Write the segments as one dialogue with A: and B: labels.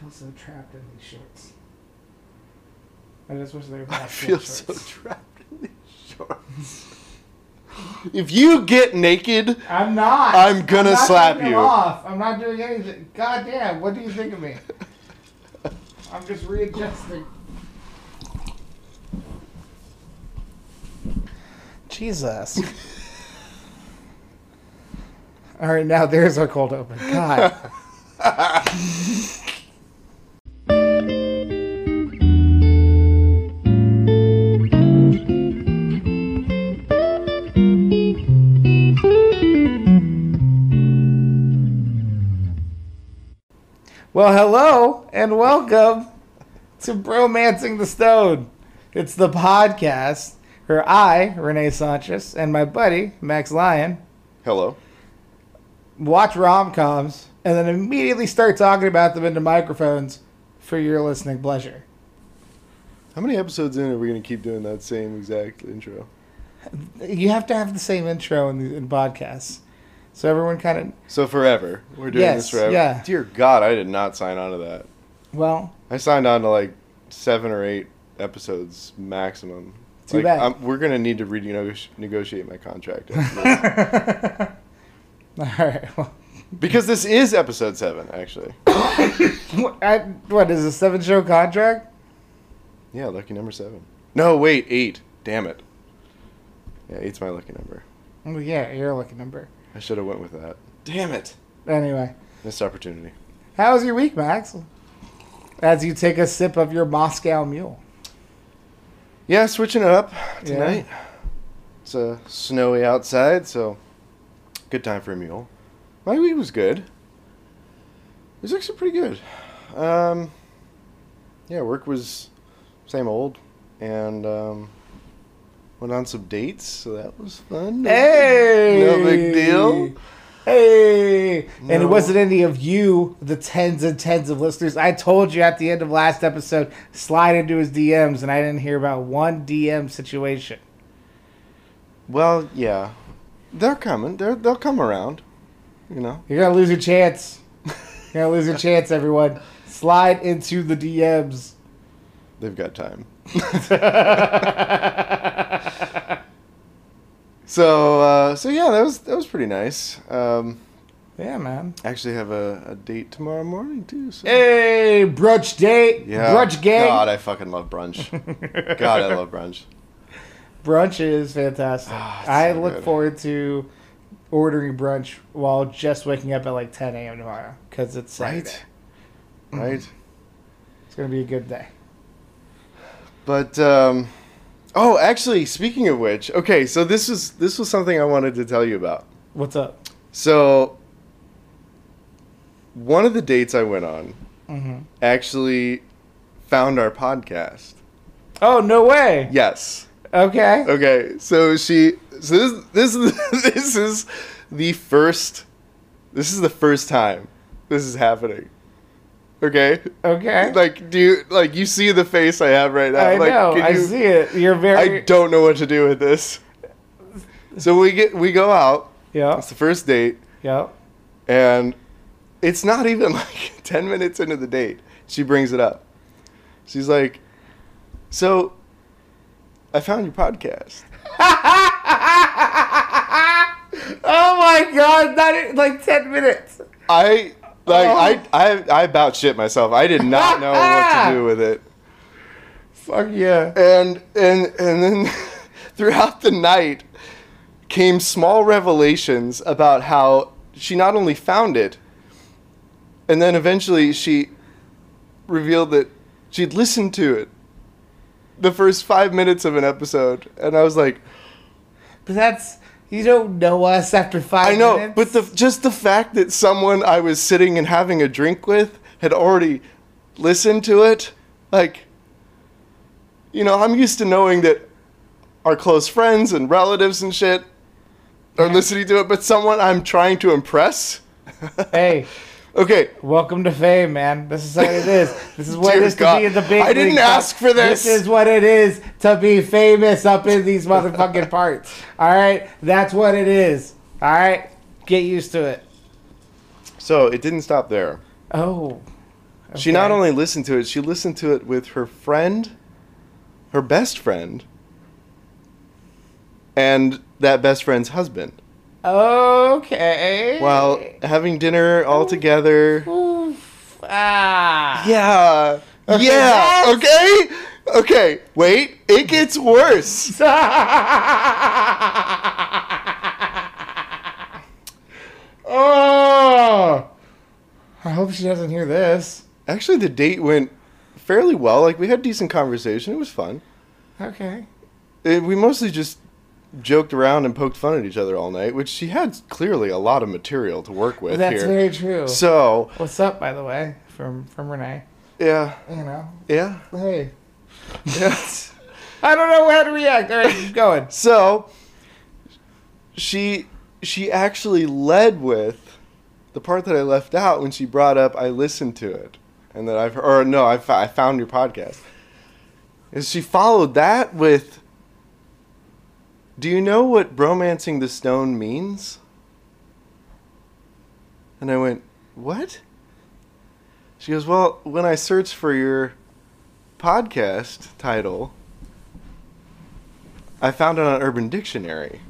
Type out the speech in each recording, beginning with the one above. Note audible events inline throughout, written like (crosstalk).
A: feel so trapped in these shorts. I just wish they were
B: (laughs) I
A: basketball
B: feel so
A: shorts.
B: trapped in these shorts. if you get naked,
A: I'm not.
B: I'm gonna
A: not
B: slap
A: taking them
B: you.
A: Off. I'm not doing anything. God damn! What do you think of me? I'm just readjusting. Jesus. (laughs) All right, now there's our cold open.
B: (laughs)
A: God. Well, hello and welcome to Bromancing the Stone. It's the podcast where I, Renee Sanchez, and my buddy, Max Lyon,
B: hello.
A: watch rom coms and then immediately start talking about them into microphones for your listening pleasure.
B: How many episodes in are we gonna keep doing that same exact intro?
A: You have to have the same intro in, the, in podcasts. So everyone kind of,
B: So forever, we're doing
A: Yes,
B: this forever.
A: yeah.
B: Dear God, I did not sign on to that.
A: well, (laughs)
B: I signed on to like seven or eight episodes maximum.
A: Too
B: like,
A: bad.
B: I'm, we're gonna need to renego- negotiate my contract (laughs) after
A: all
B: this.
A: right. Well, (laughs)
B: because this is episode seven, actually.
A: what, I, what is a seven show contract?
B: Yeah, lucky number seven. No, wait, eight. Damn it. Yeah, eight's my lucky number.
A: Oh, yeah, you're a lucky number.
B: I should have went with that. Damn it.
A: Anyway,
B: Missed opportunity.
A: how was your week, Max? As you take a sip of your Moscow Mule.
B: Yeah, switching it up
A: Yeah.
B: tonight. It's uh, snowy outside, so good time for a mule. My week was good. It was actually pretty good. Um, yeah, work was same old, and um, went on some dates, so that was fun. No big-
A: Hey,
B: no big deal.
A: Hey, and it
B: No.
A: wasn't any of you, the tens and tens of listeners. I told you at the end of last episode, slide into his DMs, and I didn't hear about one DM situation.
B: Well, yeah, they're coming. They're they'll come around. You know. (laughs)
A: You're gonna lose your chance. You're gonna lose your chance, everyone. Slide into the DMs.
B: They've
A: (laughs)
B: got time. so uh, so yeah, that was that was pretty nice. Um,
A: Yeah, man.
B: I actually have a, a date tomorrow morning too. So.
A: Hey, brunch date.
B: Yeah.
A: Brunch gang.
B: God, I fucking love brunch.
A: (laughs)
B: God, I love brunch.
A: Brunch is fantastic.
B: Ah, it's
A: I
B: so
A: look
B: good.
A: forward to ordering brunch while just waking up at like 10 a.m. tomorrow because it's Saturday.
B: Right.
A: Mm-hmm.
B: Right.
A: It's gonna be a good day.
B: But um, oh, actually, speaking of which, okay, so this is this was something I wanted to tell you about.
A: What's up?
B: So one of the dates I went on
A: Mm-hmm.
B: actually found our podcast.
A: Oh no way.
B: Yes.
A: Okay.
B: Okay. So she. So this this (laughs) is- this is the first. This is the first time this is happening. Okay.
A: Okay.
B: Like do you like you see the face I have right now?
A: Eh? I
B: like,
A: know.
B: can
A: I
B: you-
A: see it. You're
B: I
A: very.
B: don't know what to do with this. So we get we go out.
A: Yeah.
B: It's the first date,
A: Yeah.
B: and it's not even (laughs) like ten minutes into the date. She brings it up. She's like, "So, I found your podcast."
A: oh my god! Not e- like 10 minutes.
B: I like
A: Oh.
B: I, I I about shit myself. I
A: (laughs)
B: did not know what to do with it.
A: Fuck yeah.
B: And and and then (laughs) throughout the night came small revelations about how she not only found it and then eventually she revealed that she'd listened to it the first 5 minutes of an episode and I was like
A: But that's you don't know us after five.
B: I know,
A: minutes.
B: but the just the fact that someone I was sitting and having a drink with had already listened to it, like, you know, I'm used to knowing that our close friends and relatives and shit are listening to it, but someone I'm trying to impress. (laughs)
A: hey,
B: Okay,
A: welcome to fame, man. This is what it is. This is what it
B: Dear
A: is to
B: God.
A: be in the big.
B: I didn't
A: leagues.
B: ask for this.
A: This is what it is to be famous up in these motherfucking (laughs) parts. All right, that's what it is. All right, get used to it.
B: so it didn't stop there.
A: Oh,
B: She not
A: Okay.
B: only listened to it, she listened to it with her friend, her best friend, and that best friend's husband
A: Okay.
B: while having dinner all together.
A: Oof. Ah.
B: Yeah.
A: Okay,
B: yeah.
A: that's-
B: Okay. Okay. Wait. It gets (laughs) worse.
A: oh. I hope she doesn't hear this.
B: Actually, the date went fairly well. Like we had decent conversation. It was fun.
A: Okay.
B: It, we mostly just joked around and poked fun at each other all night, which she had clearly a lot of material to work with
A: That's
B: here.
A: very true.
B: so,
A: What's up, by the way, from from Renee?
B: yeah.
A: You know,
B: Yeah. (laughs)
A: hey.
B: yeah.
A: I don't know how to react. All right, keep
B: (laughs)
A: going.
B: so she she actually led with the part that I left out when she brought up I listened to it and that I've or no I, fo- I found your podcast. And she followed that with Do you know what bromancing the stone means? And I went, "What?" She goes, "Well, when I searched for your podcast title, I found it on Urban Dictionary.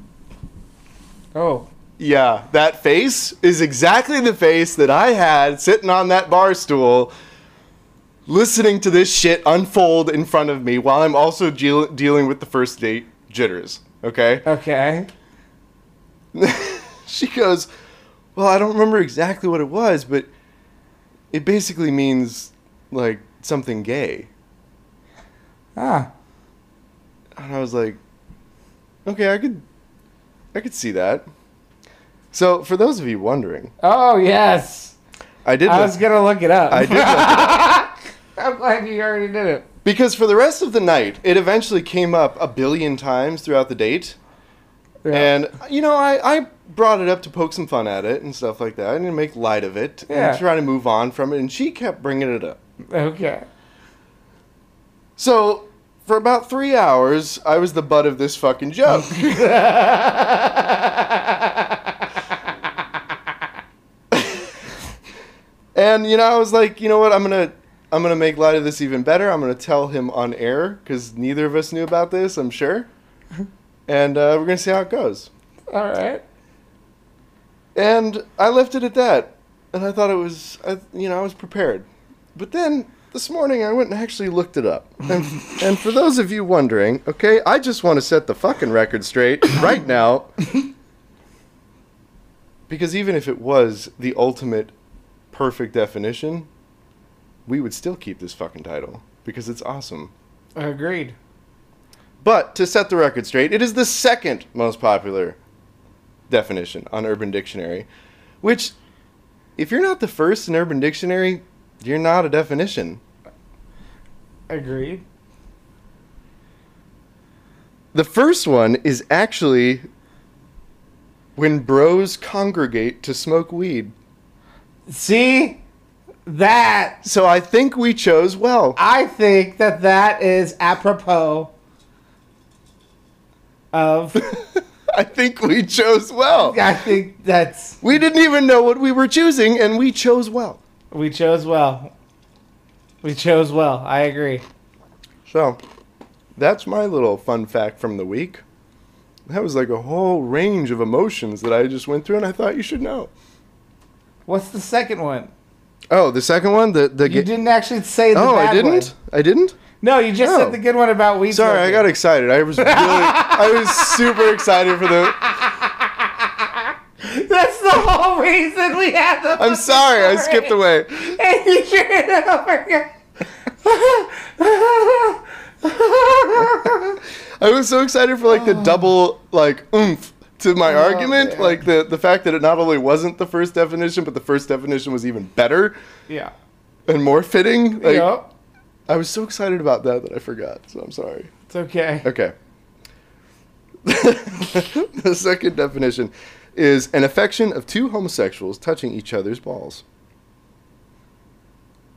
A: Oh,
B: Yeah, that face is exactly the face that I had sitting on that bar stool listening to this shit unfold in front of me while I'm also deal- dealing with the first date jitters. Okay? (laughs)
A: okay.
B: she goes, Well, I don't remember exactly what it was, but it basically means like something gay.
A: Ah,
B: and I was like, okay, I could, I could see that. So for those of you wondering,
A: oh yes.
B: I did,
A: I
B: look-
A: was gonna look it up.
B: (laughs) I did, look it
A: (laughs) I'm glad you already did it.
B: because for the rest of the night, it eventually came up a billion times throughout the date,
A: Yeah.
B: and you know, I, I brought it up to poke some fun at it and stuff like that, and to make light of it
A: Yeah.
B: and try to move on from it, and she kept bringing it up.
A: okay. (laughs)
B: So for about three hours, I was the butt of this
A: (laughs)
B: fucking joke. and you know, I was like, you know what? I'm gonna I'm gonna make light of this even better. I'm gonna tell him on air because neither of us knew about this, I'm
A: (laughs)
B: sure. And uh, we're gonna see how it goes.
A: All right.
B: And I left it at that. And I thought it was, I, you know, I was prepared. But then this morning I went and actually looked it up. And, and for those of you wondering, okay, I just want to set the fucking record straight right now. because even if it was the ultimate perfect definition, we would still keep this fucking title because it's awesome.
A: Agreed.
B: But to set the record straight, it is the second most popular definition on Urban Dictionary, which, if you're not the first in Urban Dictionary, you're not a definition.
A: Agreed.
B: The first one is actually when bros congregate to smoke weed.
A: See that?
B: So I think we chose well.
A: I think that that is apropos
B: (laughs)
A: of.
B: (laughs)
A: (laughs)
B: I think we chose well.
A: I think that's
B: We didn't even know what we were choosing, and we chose well.
A: we chose well. We chose well. I agree.
B: So, that's my little fun fact from the week. That was like a whole range of emotions that I just went through, and I thought you should know.
A: What's the second one?
B: Oh, the second one, the the
A: You
B: ga-
A: didn't actually say the
B: oh,
A: bad
B: I didn't,
A: one.
B: I didn't.
A: No, you just
B: Oh.
A: said the good one about weed.
B: Sorry, I
A: smoking.
B: got excited. I was really, I (laughs) was super excited for the.
A: (laughs) That's the whole reason we had the.
B: (laughs) I'm sorry, I skipped away.
A: (laughs) And you turned it over.
B: I was so excited for like the double like oomph to my argument,
A: man.
B: like the the fact that it not only wasn't the first definition, but the first definition was even better
A: (laughs) yeah.
B: and more fitting. Like,
A: yep.
B: I was so excited about that that I forgot. So I'm sorry.
A: It's okay.
B: Okay. (laughs) the second definition is an affection of two homosexuals touching each other's balls.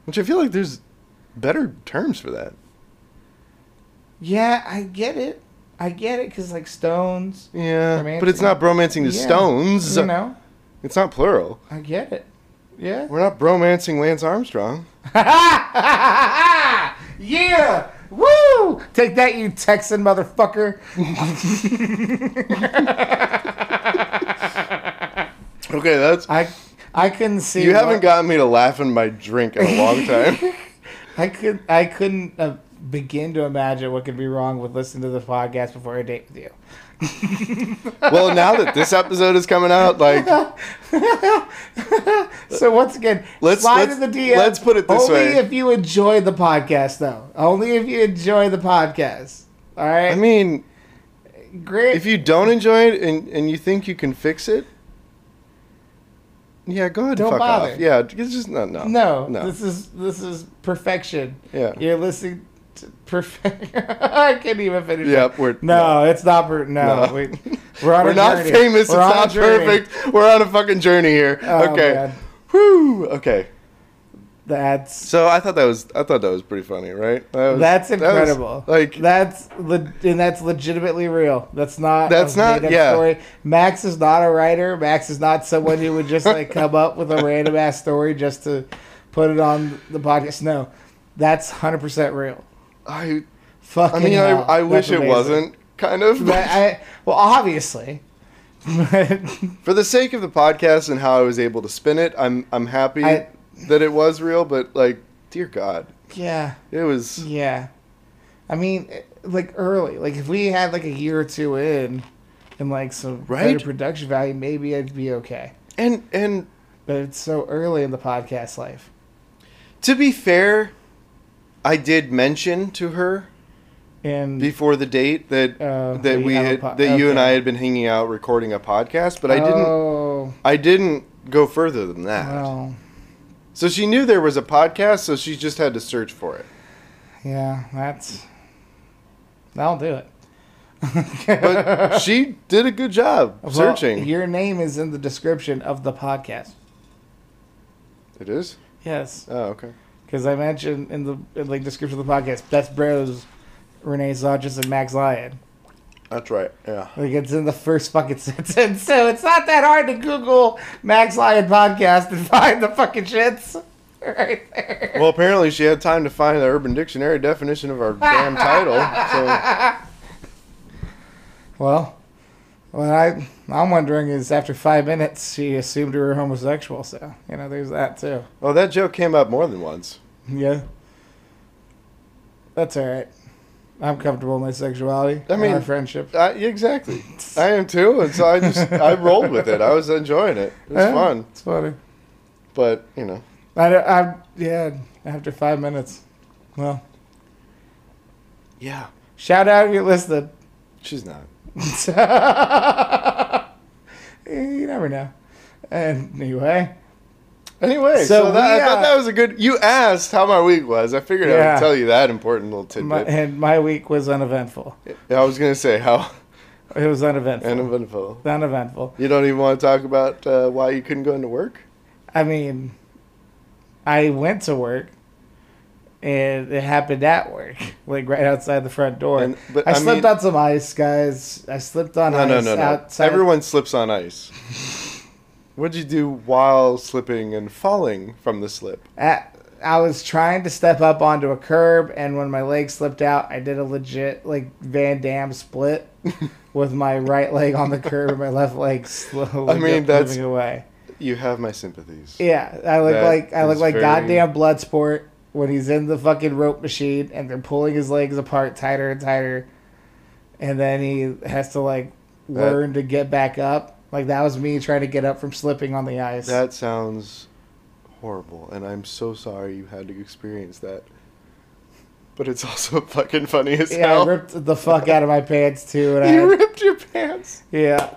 B: Which I feel like there's better terms for that.
A: Yeah, I get it. I get it because like stones.
B: Yeah.
A: Romancing.
B: But it's not bromancing the
A: Yeah,
B: stones.
A: You know,
B: It's not plural.
A: I get it. Yeah.
B: We're not bromancing Lance Armstrong.
A: (laughs) yeah. Woo! Take that, you Texan
B: (laughs)
A: motherfucker.
B: Okay, that's.
A: I I couldn't see.
B: You haven't
A: what-
B: gotten me to laugh in my drink in a long time. (laughs)
A: I could I couldn't uh, begin to imagine what could be wrong with listening to the podcast before a date with you. (laughs)
B: well, now that this episode is coming out, (laughs) like
A: So once again,
B: Let's-
A: slide
B: let's-
A: in the DM.
B: let's put it this
A: only
B: way.
A: if you enjoy the podcast, though. Only if you enjoy the podcast. All right.
B: I mean,
A: Great.
B: if you don't enjoy it and, and you think you can fix it, yeah, go ahead
A: Don't
B: and fuck
A: bother.
B: off. Yeah, it's just no, no,
A: no,
B: Oh, no.
A: this is this is perfection.
B: Yeah.
A: You're listening to perfect. (laughs) I can't even finish. it.
B: Yep, we're
A: No, it's not. Per- no,
B: No.
A: we,
B: (laughs)
A: we're on
B: we're
A: a
B: not
A: journey.
B: famous.
A: We're
B: it's
A: on a
B: not
A: journey.
B: perfect. We're on a fucking journey here.
A: Oh,
B: okay,
A: man.
B: whoo. Okay,
A: That's
B: so I thought that was I thought that was pretty funny, right? That was-
A: That's
B: that was,
A: incredible.
B: like
A: that's le- and that's legitimately real. That's not.
B: That's
A: a
B: not-
A: made-up
B: yeah.
A: Max is not a writer. Max is not someone who would just like come up with
B: (laughs)
A: a random ass story just to put it on the podcast. No, that's hundred percent real.
B: I. I
A: Fucking.
B: mean,
A: hell,
B: I, I
A: that's
B: wish it
A: amazing.
B: wasn't. Kind of.
A: But I, well, obviously, but
B: (laughs) For the sake of the podcast and how I was able to spin it, I'm I'm happy
A: I-
B: that it was real, but like, dear God,
A: yeah,
B: it was.
A: yeah. I mean, eh, like early, like if we had like a year or two in, and like some
B: Right?
A: better production value, maybe I'd be okay.
B: And and
A: But it's so early in the podcast life.
B: to be fair, I did mention to her
A: And
B: before the date that
A: Oh,
B: that
A: we
B: we
A: have a
B: had,
A: po-
B: that you and
A: okay.
B: I had been hanging out recording a podcast, but I didn't
A: Oh,
B: I didn't go further than that.
A: well,
B: So she knew there was a podcast, so she just had to search for it.
A: yeah, that's that'll do it.
B: But she did a good job
A: (laughs) Well,
B: searching.
A: your name is in the description of the podcast.
B: It is.
A: Yes,
B: Oh, okay.
A: because I mentioned in the in the description of the podcast, best bros, Renee Sanchez and Max Lyon.
B: That's right. Yeah.
A: Like it's in the first fucking (laughs) sentence, so it's not that hard to Google Max Lyon podcast and (laughs) find the fucking shits (laughs) right there.
B: Well, apparently she had time to find the Urban Dictionary definition of our damn title.
A: (laughs)
B: So
A: Well, what I I'm wondering is after five minutes she assumed you were homosexual, so you know there's that too.
B: well, that joke came up more than once.
A: Yeah, that's all right. I'm comfortable in my sexuality.
B: I
A: and
B: mean-
A: our friendship.
B: I, yeah, Uh, exactly. I am too, and so I just
A: (laughs)
B: I rolled with it. I was enjoying it. It was
A: Yeah,
B: fun,
A: It's funny.
B: but you know,
A: I don't- I'm yeah. After five minutes, well,
B: yeah,
A: shout out if you're listening.
B: she's not.
A: (laughs) you never know. Anyway,
B: Anyway, so,
A: So
B: that,
A: we,
B: I thought
A: uh,
B: that was a good. You asked how my week was. I figured I
A: Yeah.
B: would tell you that important little
A: my, (laughs)
B: tidbit.
A: and my week was uneventful.
B: I was gonna say how
A: It was uneventful.
B: uneventful.
A: uneventful.
B: You don't even want to talk about uh, why you couldn't go into work.
A: I mean, I went to work, and it happened at work, (laughs) like right outside the front door.
B: And- but
A: I,
B: I
A: slipped
B: mean-
A: on some ice, guys. I slipped on
B: No,
A: ice
B: no, no, no.
A: outside.
B: Everyone slips on ice. What'd you do while slipping and falling from the slip?
A: At- I was trying to step up onto a curb, and when my leg slipped out, I did a legit like Van Dam split (laughs) with my right leg on the curb and my left leg slowly
B: I mean, that's-
A: moving away.
B: You have my sympathies.
A: Yeah, I look
B: That
A: like I look
B: is
A: like
B: very-
A: goddamn Bloodsport when he's in the fucking rope machine and they're pulling his legs apart tighter and tighter, and then he has to like
B: That-
A: learn to get back up. Like that was me trying to get up from slipping on the ice.
B: That sounds horrible, and I'm so sorry you had to experience that. But it's also (laughs) fucking funny as
A: yeah,
B: hell.
A: I ripped the fuck out of my pants too, and I
B: (laughs) you
A: had,
B: ripped your pants. (sighs)
A: yeah.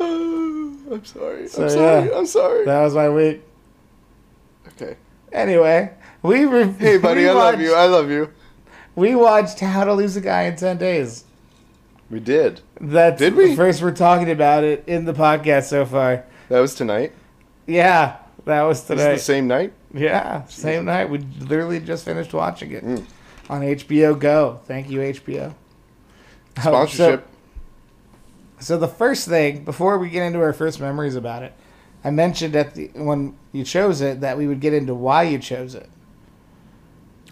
B: I'm sorry.
A: So,
B: I'm sorry.
A: yeah.
B: I'm sorry.
A: That was my week.
B: okay.
A: Anyway, we re- (laughs)
B: Hey, buddy,
A: we
B: I love
A: watched-
B: you. I love you.
A: we watched How to Lose a Guy in Ten Days.
B: We did.
A: That's
B: Did we?
A: the first we're talking about it in the podcast so far.
B: That was tonight.
A: Yeah, that was
B: It's
A: today.
B: the same night.
A: Yeah, same night. We literally just finished watching it
B: Mm.
A: on HBO Go. Thank you, HBO. Um, so-
B: Sponsorship.
A: So the first thing, before we get into our first memories about it, I mentioned at the when you chose it that we would get into why you chose it.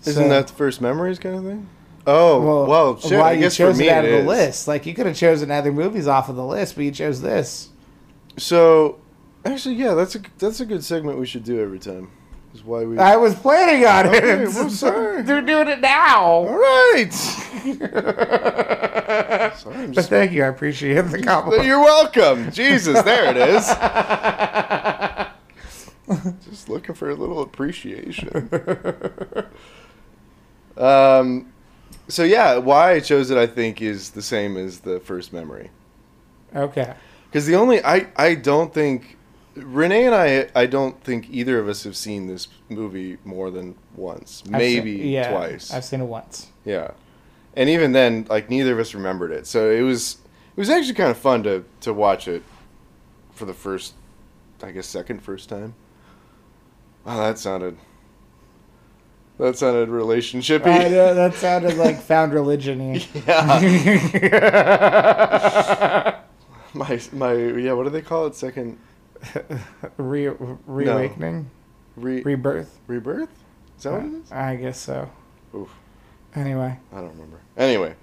B: Isn't
A: So-
B: that the first memories kind of thing? Oh, well, shit,
A: why
B: I guess
A: you chose
B: for me
A: it out of
B: it
A: the
B: is.
A: list? Like you could have chosen other movies off of the list, but you chose this.
B: So, actually, yeah, that's a that's a good segment we should do every time. Is why we.
A: I was planning on it.
B: Okay,
A: (laughs)
B: well, sorry.
A: They're doing it now.
B: All (laughs) right. Sorry, I'm
A: but
B: just-
A: thank you, I appreciate the compliment.
B: You're welcome. Jesus, there it is. (laughs) Just looking for a little appreciation. (laughs) Um, so yeah, why I chose it, I think, is the same as the first memory.
A: Okay.
B: Because the only I I don't think Renee and I I don't think either of us have seen this movie more than once,
A: I've seen-
B: maybe
A: yeah,
B: twice.
A: I've seen it once.
B: Yeah, and even then, like neither of us remembered it, so it was it was actually kind of fun to to watch it for the first, I guess, second first time. Wow, that sounded that sounded relationshipy.
A: I know that sounded like found religion.
B: (laughs) yeah, (laughs) my my yeah. What do they call it? Second
A: (laughs) Re- reawakening,
B: re-
A: rebirth.
B: rebirth. Is that what it is?
A: I guess so.
B: Oof.
A: Anyway,
B: I don't remember. Anyway,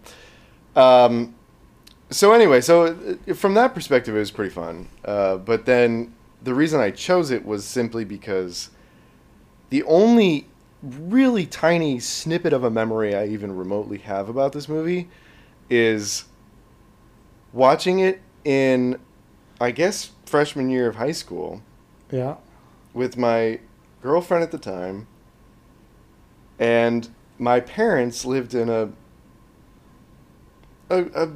B: um, so anyway, so uh, from that perspective, it was pretty fun. Uh, but then the reason I chose it was simply because the only really tiny snippet of a memory I even remotely have about this movie is watching it in, I guess, freshman year of high school
A: yeah.
B: with my girlfriend at the time, and my parents lived in a a a,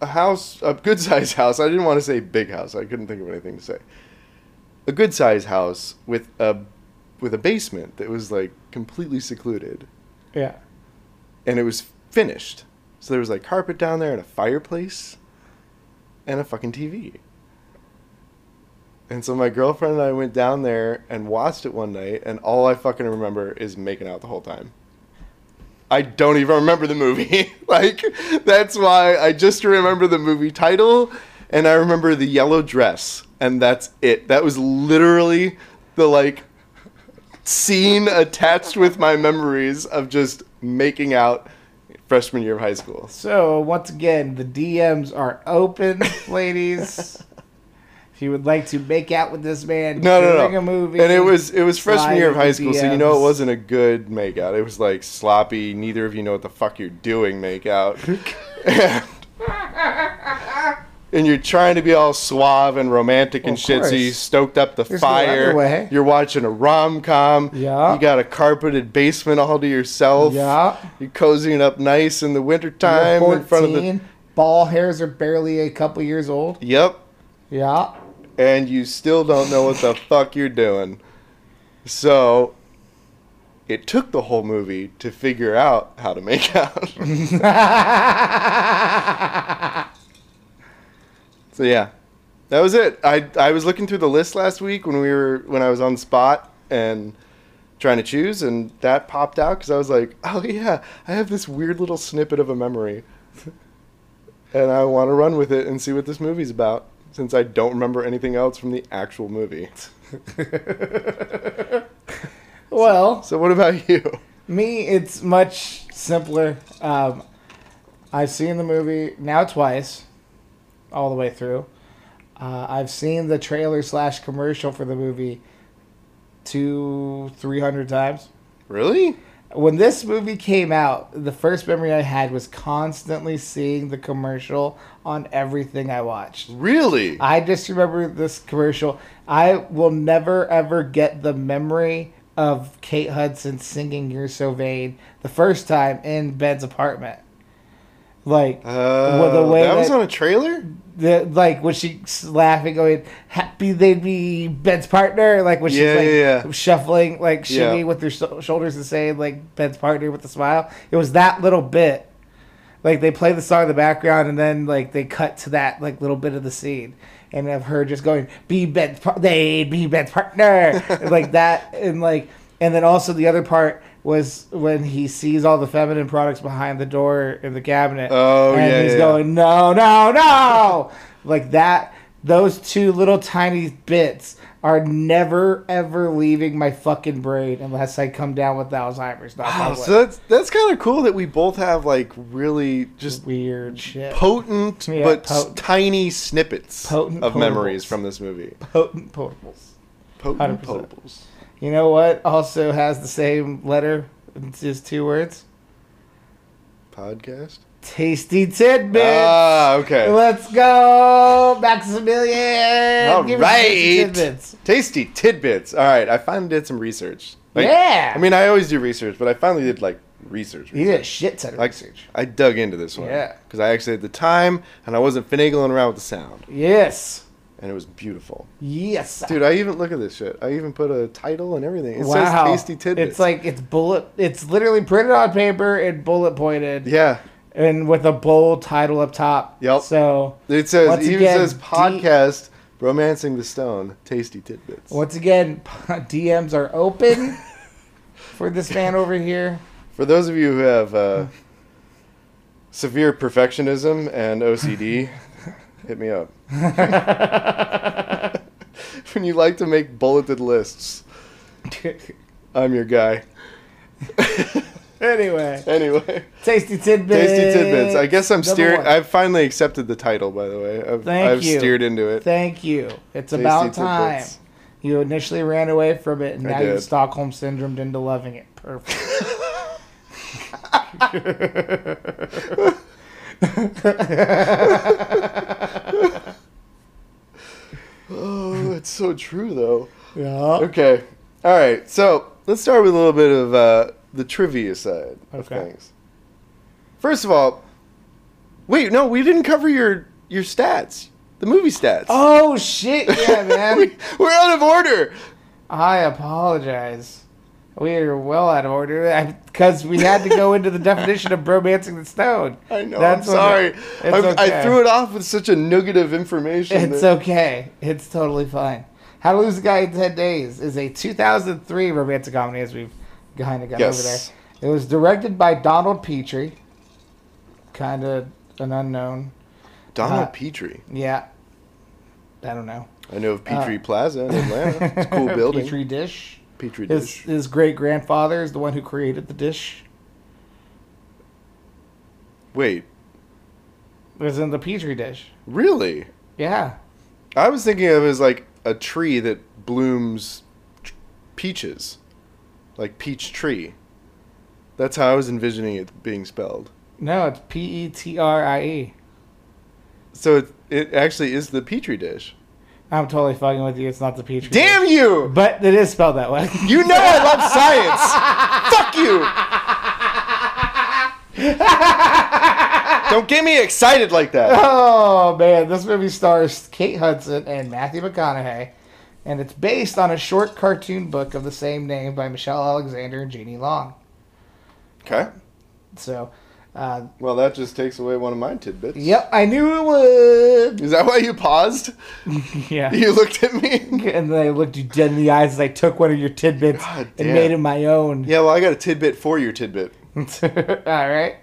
B: a house, a good sized house. I didn't want to say big house. I couldn't think of anything to say. A good sized house with a with a basement that was like completely secluded,
A: Yeah.
B: and it was finished. So there was like carpet down there and a fireplace, and a fucking TV. And so my girlfriend and I went down there and watched it one night, and all I fucking remember is making out the whole time. I don't even remember the movie. (laughs) like, that's why I just remember the movie title, and I remember the yellow dress, and that's it. That was literally the, like, scene attached with my memories of just making out freshman year of high school.
A: So once again, the DMs are open,
B: (laughs)
A: ladies. if you would like to make out with this man
B: no, no,
A: during
B: no.
A: a movie,
B: And it was it was freshman
A: slide
B: year of high
A: into
B: school, so you know it
A: DMs.
B: wasn't a good makeout. It was like sloppy. Neither of you know what the fuck you're doing
A: (laughs)
B: makeout. and, and you're trying to be all suave and romantic and
A: of
B: shit, so you
A: course.
B: stoked up the
A: There's no other
B: fire.
A: way.
B: You're watching a rom com.
A: Yeah.
B: You got a carpeted basement all to yourself.
A: Yeah.
B: You're cozying up nice in the wintertime
A: You're
B: in front of the.
A: 14, ball hairs are barely a couple years old.
B: Yep.
A: Yeah.
B: and you still don't know what the fuck you're doing. So it took the whole movie to figure out how to make (laughs) out. so yeah. That was it. I I was looking through the list last week when we were when I was on spot and trying to choose and that popped out cuz I was like, "Oh yeah, I have this weird little snippet of a memory." and I want to run with it and see what this movie's about since I don't remember anything else from the actual movie. (laughs)
A: Well,
B: So what about you?
A: me, it's much simpler. Um, I've seen the movie now twice, all the way through. Uh, I've seen the trailer slash commercial for the movie two, three hundred times.
B: Really?
A: when this movie came out, the first memory I had was constantly seeing the commercial on everything I watched.
B: Really?
A: I just remember this commercial. I will never ever get the memory of Kate Hudson singing "You're So Vain" the first time in Ben's apartment. Like
B: Uh,
A: the way
B: that, was
A: that-
B: on a trailer?
A: the like when she's laughing, going "Happy they be Ben's partner," like when she's
B: Yeah,
A: like
B: yeah, yeah.
A: shuffling, like shimmy
B: Yeah.
A: with her sho- shoulders and saying like Ben's partner with a smile. It was that little bit. Like they play the song in the background and then like they cut to that like little bit of the scene and of her just going be Ben's par- they be Ben's partner and, like that and like and then also the other part was when he sees all the feminine products behind the door in the cabinet.
B: Oh,
A: and
B: yeah,
A: he's
B: yeah.
A: going, no, no, no, like that. Those two little tiny bits are never ever leaving my fucking brain unless I come down with Alzheimer's. Not
B: Wow, so that's that's kind of cool that we both have like really just
A: weird shit.
B: potent
A: Yeah,
B: but s-
A: potent.
B: tiny snippets
A: Potent
B: of
A: potables.
B: memories from this movie.
A: (laughs) Potent potables. 100%.
B: Potent potables.
A: You know what? Also has the same letter. It's just two words.
B: Podcast.
A: Tasty tidbits.
B: Ah, okay.
A: Let's go, Maximilian.
B: All
A: Give us some tasty
B: right.
A: tidbits.
B: Tasty tidbits. All right, I finally did some research. Like,
A: yeah.
B: I mean, I always do research, but I finally did like research.
A: you did a shit ton of
B: Like,
A: research.
B: I dug into this one.
A: Yeah.
B: Because I actually had the time, and I wasn't finagling around with the sound,
A: Yes.
B: and it was beautiful.
A: Yes.
B: Dude, I even look at this shit. I even put a title and everything. It
A: wow.
B: says tasty tidbits.
A: It's like it's bullet. It's literally printed on paper and bullet pointed,
B: yeah.
A: and with a bold title up top.
B: Yep.
A: So
B: It says
A: Once
B: it even
A: again,
B: says
A: D-
B: podcast romancing the stone. Tasty tidbits.
A: once again, (laughs) DMs are open (laughs) for this man over here. (laughs)
B: For those of you who have uh, severe perfectionism
A: (laughs)
B: and OCD, hit me up. (laughs) when you like to make bulleted lists, I'm your guy.
A: anyway,
B: Anyway,
A: tasty tidbits.
B: tasty tidbits. I guess I'm
A: Number
B: steering.
A: one.
B: I've finally accepted the title, by the way. I've,
A: Thank
B: I've
A: you.
B: steered into it.
A: Thank you. It's
B: Tasty
A: about time.
B: tidbits.
A: You initially ran away from it, and
B: I
A: now you've
B: did.
A: Stockholm syndromed into loving it.
B: (laughs)
A: Perfect.
B: oh, it's so true, though.
A: yeah.
B: Okay. All right. So let's start with a little bit of uh, the trivia side of
A: Okay.
B: things. First of all, wait, no, we didn't cover your your stats, the movie stats. (laughs)
A: Oh shit! Yeah, man.
B: we, we're out of order.
A: I apologize. We are well out of order because we had to
B: (laughs)
A: go into the definition of bromancing the stone.
B: I know.
A: That's
B: I'm
A: what-
B: sorry.
A: It's
B: I,
A: okay.
B: I threw it off with such a nugget of information.
A: It's
B: that-
A: okay. It's totally fine. How to Lose a Guy in 10 Days is a 2003 romantic comedy, as we've kind of got
B: Yes.
A: over there. It was directed by Donald Petrie, kind of an unknown.
B: Donald
A: uh,
B: Petrie.
A: Yeah. I don't know.
B: I know of Petrie Plaza in Atlanta. It's
A: (laughs)
B: a cool building. Petrie,
A: Uh, Petrie dish. His,
B: dish.
A: his great grandfather is the one who created the dish.
B: Wait,
A: It was in the Petri dish.
B: really?
A: Yeah.
B: I was thinking of it as like a tree that blooms tr- peaches, like peach tree. That's how I was envisioning it being spelled.
A: No, it's P E T R I E.
B: So it, it actually is the petri dish.
A: I'm totally fucking with you. It's not the Petri dish.
B: Damn you!
A: But it is spelled that way. (laughs)
B: You know I love science. Fuck you! Don't get me excited like that.
A: Oh man, this movie stars Kate Hudson and Matthew McConaughey, and it's based on a short cartoon book of the same name by Michelle Alexander and Jeannie Long.
B: Okay.
A: So, uh,
B: Well, that just takes away one of my tidbits.
A: yep, I knew it would.
B: Is that why you (laughs) paused?
A: Yeah.
B: You looked at me?
A: (laughs) And then I looked you dead in the eyes as I took one of your tidbits
B: God
A: and
B: damn.
A: made it my own.
B: Yeah, well, I got a tidbit for your tidbit.
A: (laughs) All right.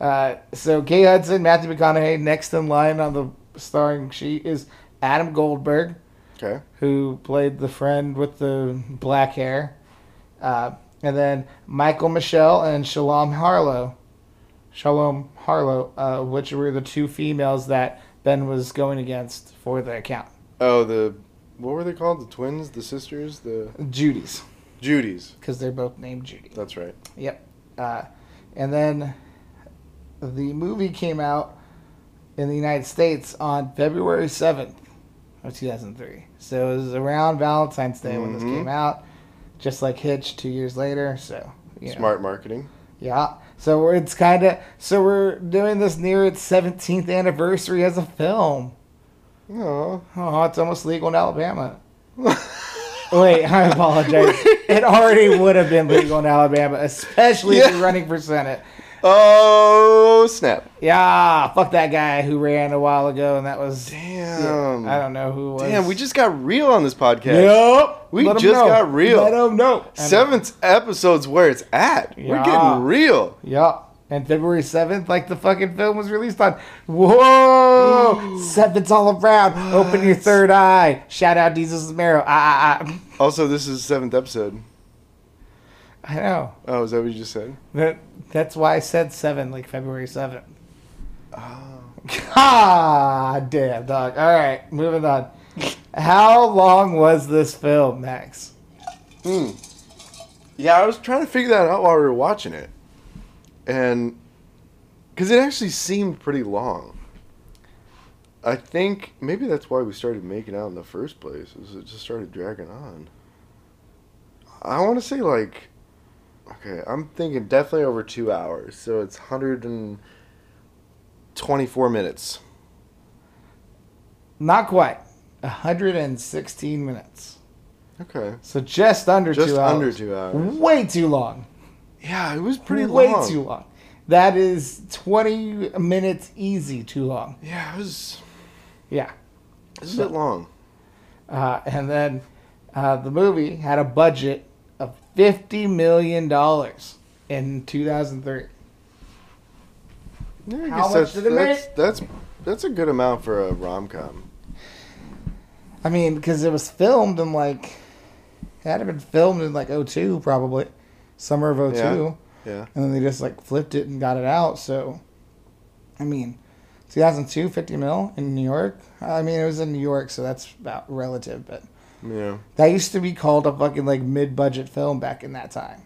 A: Uh, so Kate Hudson, Matthew McConaughey, next in line on the starring sheet is Adam Goldberg.
B: Okay.
A: who played the friend with the black hair. Uh, and then Michael Michelle and Shalom Harlow. Shalom Harlow, uh, which were the two females that Ben was going against for the account.
B: Oh, the what were they called? The twins, the sisters, the
A: Judy's,
B: Judy's.
A: because they're both named Judy.
B: That's right.
A: Yep. Uh, and then the movie came out in the United States on February 7th of 2003. So it was around Valentine's Day when this
B: Mhm.
A: came out, just like Hitch two years later. So, you know.
B: Smart marketing.
A: Yeah. So we're, it's kind of, so we're doing this near its 17th anniversary as a film.
B: No.
A: Oh, it's almost legal in Alabama. Wait, I
B: (laughs)
A: apologize. it already would have been legal in Alabama, especially if you're
B: Yeah.
A: running for Senate.
B: (laughs) Oh snap!
A: Yeah, fuck that guy who ran a while ago, and that was.
B: Damn.
A: I don't know who it was.
B: Damn, we just got real on this podcast.
A: Yep.
B: We
A: Let 'em
B: just
A: know.
B: got real.
A: Let 'em know. And-
B: Seventh episode's where it's at. We're
A: Yeah.
B: getting real.
A: Yep. And February 7th, like the fucking film was released on. Whoa! Seventh's all around. Open your third eye. Shout out Jesus Romero. Ah, ah,
B: Also, this is the seventh episode.
A: ah. I know.
B: Oh, is that what you just said?
A: That, that's why I said 7, like February 7th.
B: Oh.
A: (laughs) Ah, damn, dog. All right, moving
B: (laughs)
A: on. How long was this film, Max?
B: Mm. Yeah, I was trying to figure that out while we were watching it, and because it actually seemed pretty long. I think maybe that's why we started making out in the first place. Is it just started dragging on? I want to say like, okay, I'm thinking definitely over two hours. So it's hundred and twenty-four minutes.
A: Not quite. 116 minutes.
B: Okay,
A: So just under
B: just
A: two
B: under
A: hours.
B: two hours.
A: Way too long.
B: Yeah, it was pretty
A: Way
B: long.
A: too long. That is 20 minutes easy too long.
B: Yeah, it was.
A: Yeah.
B: It was a bit long.
A: Uh, and then uh, the movie had a budget of $50 million in 2003.
B: Yeah, I
A: How
B: guess
A: much
B: that's,
A: did it
B: that's,
A: make?
B: That's that's a good amount for a rom com.
A: I mean, because it was filmed in like, it had to have been filmed in like 02 probably, summer of 02.
B: Yeah.
A: And then they just like flipped it and got it out. So, I mean, 2002, 50 mil in New York. I mean, it was in New York, so that's about relative, but
B: Yeah.
A: that used to be called a fucking like mid budget film back in that time.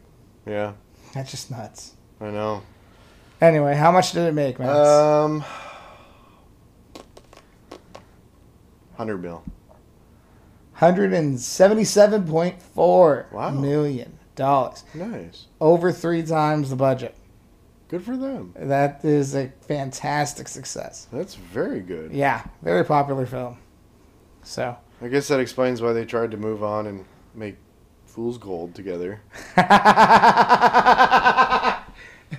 B: Yeah.
A: That's just nuts.
B: I know.
A: Anyway, how much did it make, Max?
B: Um. Hundred mil.
A: 177.4 million
B: Wow.
A: dollars.
B: Nice.
A: Over three times the budget.
B: Good for them.
A: That is a fantastic success.
B: That's very good.
A: Yeah, very popular film. So, (laughs)
B: I guess that explains why they tried to move on and make Fool's Gold together.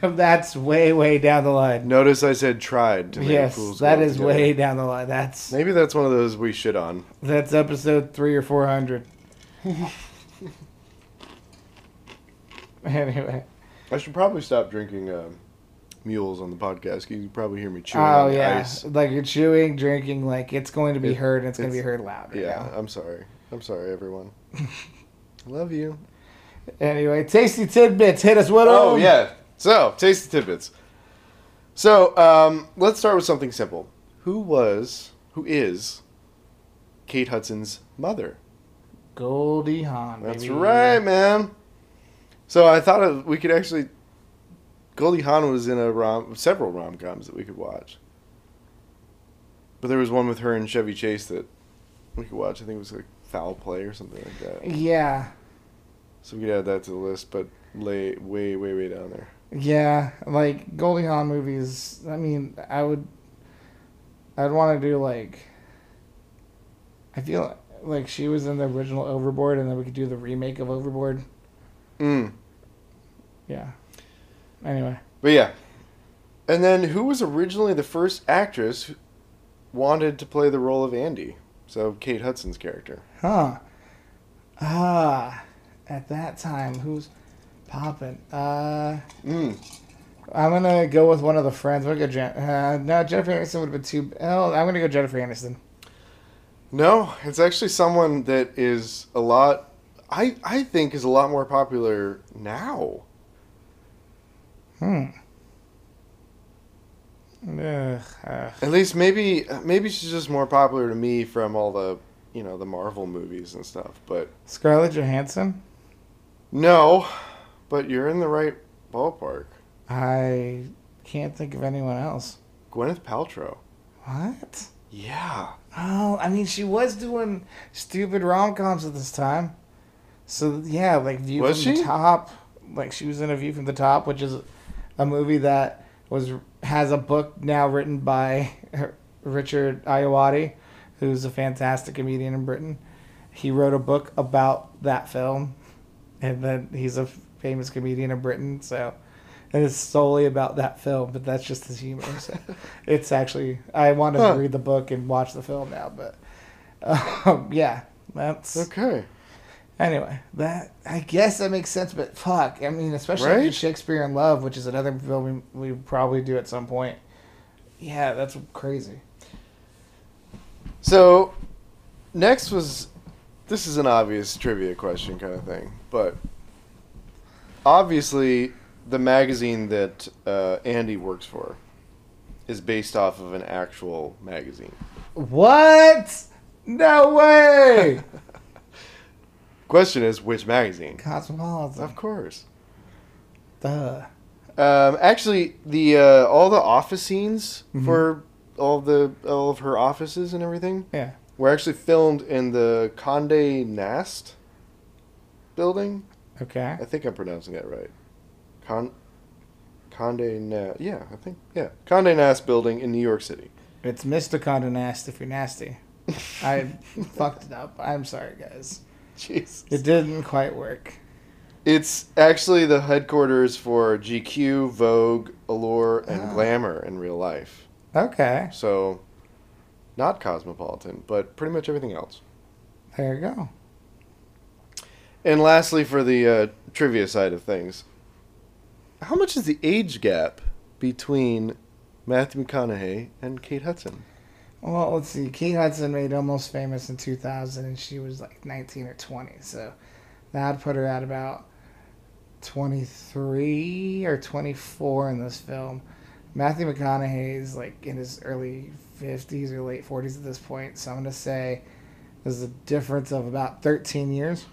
A: that's way, way down the line.
B: Notice I said tried to make
A: Yes,
B: Fool's
A: that
B: Gold
A: is
B: together.
A: way down the line. That's
B: Maybe that's one of those we shit on.
A: that's episode three or four hundred. (laughs) anyway,
B: I should probably stop drinking uh, mules on the podcast. 'cause You can probably hear me chewing
A: oh
B: on the
A: yeah,
B: ice.
A: like you're chewing, drinking, like it's going to be
B: It-
A: heard, and it's, going to be
B: it's-
A: heard loud. right
B: Yeah, I'm sorry. I'm sorry, everyone. I love you.
A: now. Anyway, tasty tidbits. Hit us with
B: Oh,
A: 'em.
B: yeah. So, tasty tidbits. So, um, let's start with something simple. Who was, who is Kate Hudson's mother?
A: Goldie Hawn.
B: That's
A: baby.
B: right, man. So, I thought of, we could actually. Goldie Hawn was in a rom, several rom coms that we could watch. But there was one with her and Chevy Chase that we could watch. I think it was like Foul Play or something like that.
A: Yeah,
B: So we could add that to the list, but lay way, way, way down there.
A: Yeah, like Goldie Hawn movies. I mean, I would, I'd want to do like. I feel like she was in the original Overboard, and then we could do the remake of Overboard.
B: Mm.
A: Yeah. Anyway,
B: But yeah. And then who was originally the first actress who wanted to play the role of Andy? So Kate Hudson's character.
A: huh? Ah, at that time, who's popping? Uh,
B: Mm.
A: I'm gonna go with one of the friends. I'm gonna go Jen. Uh, no, Jennifer Aniston would have been too. Oh, I'm gonna go Jennifer Aniston.
B: No, it's actually someone that is a lot I I think is a lot more popular now.
A: Hmm. Ugh, ugh.
B: At least maybe maybe she's just more popular to me from all the, you know, the Marvel movies and stuff, but
A: Scarlett Johansson.
B: no, but you're in the right ballpark.
A: I can't think of anyone else.
B: Gwyneth Paltrow.
A: What?
B: Yeah.
A: Oh, I mean, she was doing stupid rom coms at this time. So yeah, like View
B: Was
A: from the
B: she?
A: Top. Like she was in a View from the Top, which is a movie that was has a book now written by (laughs) Richard Iowati, who's a fantastic comedian in Britain. He wrote a book about that film, and then he's a famous comedian in Britain. So and it's solely about that film, but that's just his humor. So
B: (laughs)
A: it's actually I wanted
B: Huh.
A: to read the book and watch the film now, but um, yeah, that's
B: Okay.
A: anyway. That I guess that makes sense, but fuck, I mean, especially after
B: Right?
A: Shakespeare in Love, which is another film we, we probably do at some point. Yeah, that's crazy.
B: So, next was this is an obvious trivia question kind of thing, but obviously the magazine that uh, Andy works for is based off of an actual magazine.
A: What? No (laughs) way!
B: Question is which magazine?
A: Cosmopolitan.
B: Of course.
A: Duh.
B: Um, actually, the uh, all the office scenes for all the all of her offices and everything
A: Yeah.
B: were actually filmed in the Condé Nast building.
A: Okay.
B: I think I'm pronouncing that right. Con Condé Nast. Yeah, I think yeah. Condé Nast building in New York City.
A: It's Mr. Condé Nast if you're nasty. (laughs)
B: (laughs)
A: I fucked it up. I'm sorry, guys.
B: Jeez.
A: It didn't quite work.
B: It's actually the headquarters for GQ, Vogue, Allure, and
A: Ah.
B: Glamour in real life.
A: Okay.
B: So, not Cosmopolitan, but pretty much everything else.
A: There you go.
B: And lastly, for the uh, trivia side of things, how much is the age gap between Matthew McConaughey and Kate Hudson?
A: Well, let's see. Kate Hudson made Almost Famous in 2000, and she was like 19 or 20. So that'd put her at about 23 or 24 in this film. Matthew McConaughey is like in his early 50s or late 40s at this point. So I'm going to say there's a difference of about 13 years.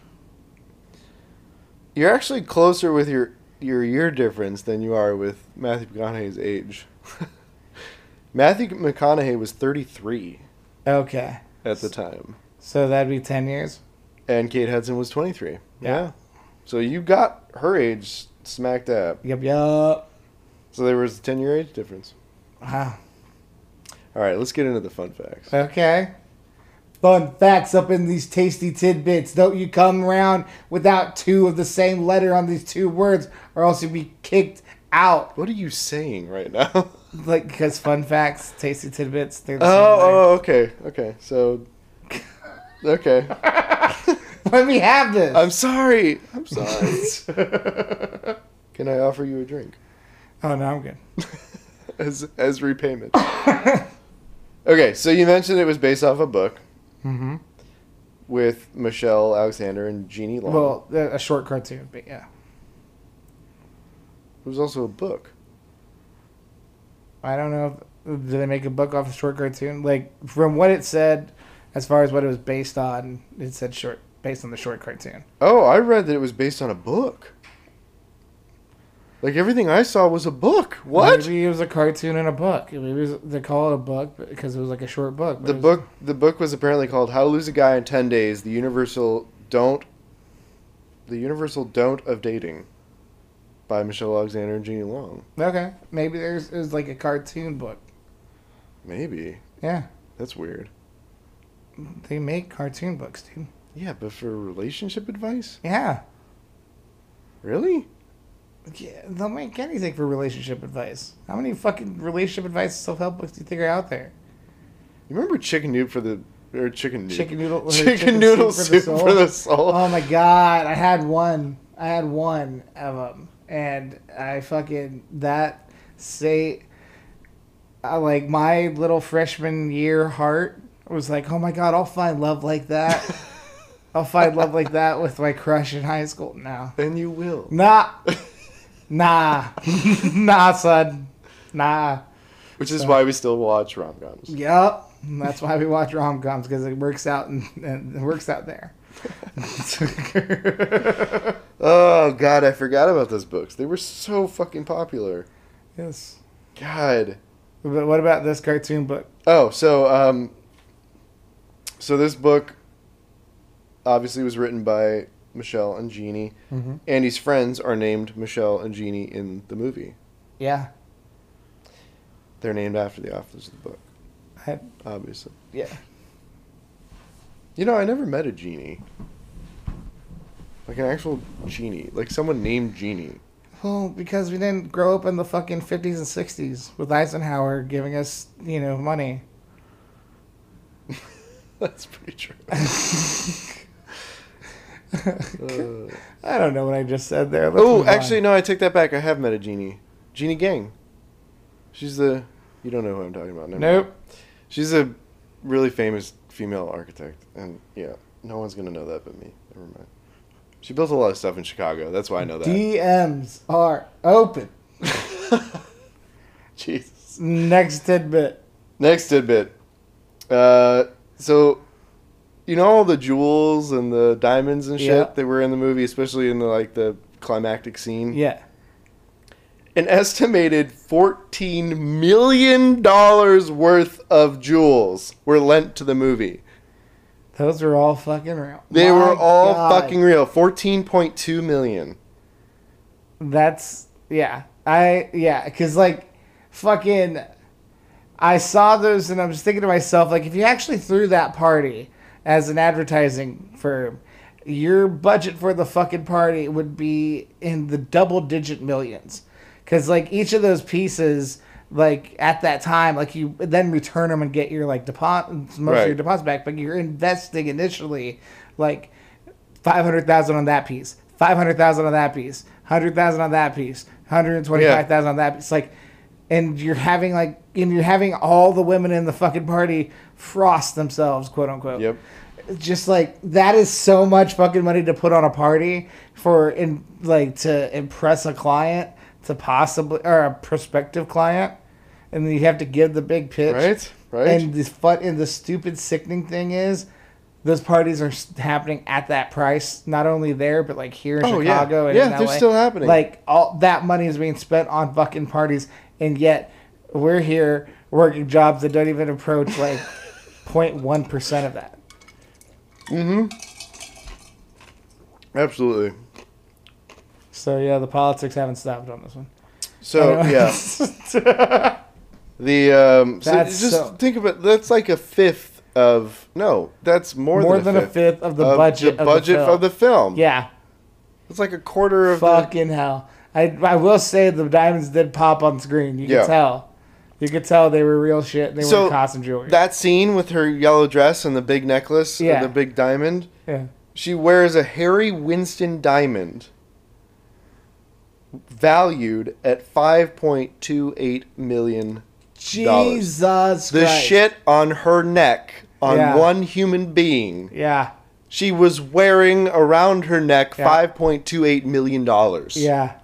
B: You're actually closer with your your year difference than you are with Matthew McConaughey's age. (laughs) Matthew McConaughey was 33
A: Okay.
B: at the time,
A: So that'd be 10 years.
B: and Kate Hudson was 23. Yeah.
A: Yeah.
B: So you got her age smack dab.
A: Yup, yup.
B: So there was a 10 year age difference.
A: Wow.
B: All right, let's get into the fun facts.
A: Okay. Fun facts up in these tasty tidbits. Don't you come around without two of the same letter on these two words, or else you'll be kicked out.
B: What are you saying right now?
A: Like, because fun facts, tasty tidbits,
B: (laughs)
A: they're the
B: Oh,
A: same
B: oh, okay, okay. So,
A: (laughs)
B: okay.
A: thing. Let me have this.
B: oh. I'm sorry. I'm sorry.
A: (laughs)
B: Can I offer you a drink
A: oh, no, I'm good.
B: as as repayment? okay. So you mentioned it was based off a book Mm-hmm.
A: Mhm.
B: with Michelle Alexander and Jeannie Long.
A: Well, a a short cartoon, but yeah.
B: it was also a book.
A: I don't know. If, did they make a book off a short cartoon? Like, from what it said, as far as what it was based on, it said short, based on the short cartoon.
B: Oh, I read that it was based on a book. Like everything I saw was a book. What?
A: Maybe it was a cartoon and a book. Maybe it was, they call it a book because it was like a short book. but
B: The
A: it was-
B: book the book was apparently called How to Lose a Guy in 10 Days: The Universal Don't The Universal Don't of Dating by Michelle Alexander and Jeannie Long.
A: Okay, maybe there's it was like a cartoon book.
B: Maybe.
A: Yeah,
B: That's weird.
A: they make cartoon books, dude.
B: Yeah, but for relationship advice?
A: Yeah,
B: Really?
A: Yeah, they'll make anything for relationship advice. How many fucking relationship advice self help books do you think are out there?
B: You remember chicken noodle for the or chicken (laughs) noodle.
A: Chicken noodle, or
B: Chicken noodle soup
A: soul?
B: for the soul. Um,
A: Oh my god, I had one. I had one of them, and I fucking that say, I like my little freshman year heart was like, oh my god, I'll find love like that. I'll find love like that with my crush in high school. No,
B: And you will.
A: nah, nah, (laughs) nah, son, nah.
B: Which is why we still watch rom-coms. (laughs)
A: Yup, that's why we watch rom coms because it works out and, and it works out there.
B: Oh god, I forgot about those books. They were so fucking popular.
A: yes.
B: God.
A: But what about this cartoon book?
B: Oh, so um, so this book obviously was written by Michelle and Jeannie.
A: Mhm.
B: Andy's friends are named Michelle and Jeannie in the movie.
A: Yeah.
B: They're named after the authors of the book,
A: I,
B: obviously.
A: yeah.
B: You know, I never met a genie. (laughs) Like an actual genie, like someone named Genie.
A: Well, because we didn't grow up in the fucking 50s and 60s with Eisenhower giving us, you know, money. (laughs)
B: That's pretty true. Uh,
A: I don't know what I just said there. Let's
B: oh,
A: move on.
B: actually, no, I take that back. I have met a genie. Genie Gang. She's the. You don't know who I'm talking about. Never mind.
A: Nope.
B: She's a really famous female architect, and yeah, no one's gonna know that but me. Never mind. She built a lot of stuff in Chicago. That's why I know that.
A: DMs are open.
B: (laughs) Jesus.
A: Next tidbit.
B: Next tidbit. Uh, so, you know all the jewels and the diamonds and shit
A: Yeah.
B: that were in the movie, especially in the like the climactic scene.
A: Yeah.
B: an estimated $14 million worth of jewels were lent to the movie.
A: Those are all fucking real.
B: They
A: My
B: were all
A: God.
B: fucking real. 14.2 million.
A: That's yeah. I yeah, cuz like fucking I saw those and I was thinking to myself like if you actually threw that party as an advertising firm, your budget for the fucking party would be in the double digit millions. Cuz like each of those pieces like at that time like you then return them and get your like deposit most of your
B: Right.
A: deposit back, but you're investing initially like five hundred thousand on that piece, five hundred thousand on that piece, hundred thousand on that piece, hundred and twenty-five thousand on that piece. Like, and you're having like, and you're having all the women in the fucking party frost themselves, quote unquote.
B: Yep.
A: Just like that is so much fucking money to put on a party for in like to impress a client to possibly or a prospective client, and then you have to give the big pitch.
B: Right? Right?
A: And the fun and the stupid sickening thing is, those parties are s- happening at that price. Not only there, but like here in
B: Oh, yeah.
A: Chicago and
B: Yeah,
A: in LA.
B: they're still happening.
A: Like all that money is being spent on fucking parties, and yet we're here working jobs that don't even approach
B: (laughs)
A: like 0.1 percent of that.
B: Absolutely.
A: So yeah, the politics haven't stopped on this one. (laughs)
B: So, yeah.
A: yeah.
B: The um so
A: That's
B: just
A: so-
B: think about that's like a fifth of no, that's more,
A: More, than, a, fifth of the budget.
B: the
A: of
B: budget
A: the
B: of
A: film.
B: the film.
A: yeah.
B: It's like a quarter of the-
A: Fucking hell. I, I will say the diamonds did pop on screen. You could
B: Yeah.
A: tell. You could tell they were real shit. They
B: So,
A: were costume jewelry.
B: that scene with her yellow dress and the big necklace
A: Yeah.
B: and the big diamond.
A: yeah.
B: She wears a Harry Winston diamond valued at 5.28 million.
A: Jesus Christ.
B: The shit on her neck on
A: Yeah.
B: one human being.
A: Yeah.
B: She was wearing around her neck
A: Yeah.
B: 5.28 million dollars
A: Yeah.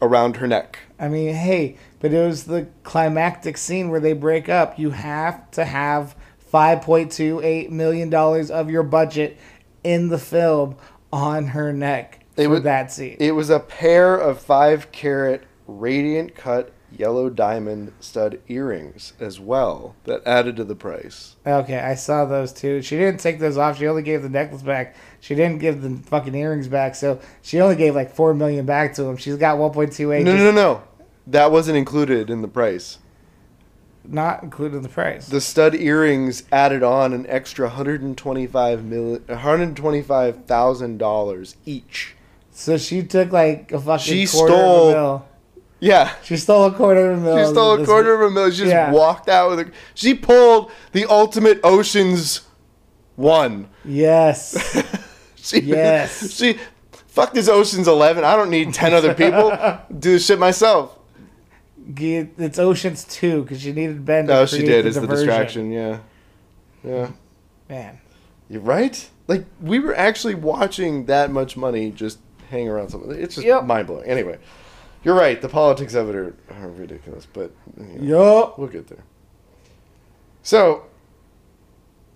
B: around her neck.
A: I mean, hey, but it was the climactic scene where they break up. You have to have $5.28 million of your budget in the film on her neck
B: It
A: for
B: would-
A: that scene.
B: It was a pair of 5 carat radiant cut yellow diamond stud earrings as well that added to the price.
A: Okay, I saw those too. She didn't take those off. She only gave the necklace back. She didn't give the fucking earrings back. So she only gave like four million back to him. She's got one point two eight,
B: No, no, no. That wasn't included in the price.
A: not included in the price.
B: The stud earrings added on an extra 125 mil- $125,000 each.
A: so she took like a fucking
B: She
A: quarter of
B: stole-
A: a mil.
B: Yeah.
A: She stole a quarter of a mil.
B: She stole a
A: This-
B: quarter of a million. She just
A: Yeah.
B: walked out with a. She pulled the ultimate oceans one.
A: Yes.
B: (laughs) She,
A: Yes.
B: She. Fuck this oceans 11. I don't need 10 other people.
A: (laughs)
B: Do this shit myself.
A: Get, it's Ocean's two because she needed Ben. To
B: No, Oh, she
A: create
B: did.
A: The
B: It's the
A: diversion.
B: distraction. Yeah. Yeah.
A: Man,
B: You're right. Like we were actually watching that much money just hang around something. It's just
A: Yep.
B: mind blowing. Anyway, you're right. The politics of it are, are ridiculous, but you know,
A: yup.
B: we'll get there. So,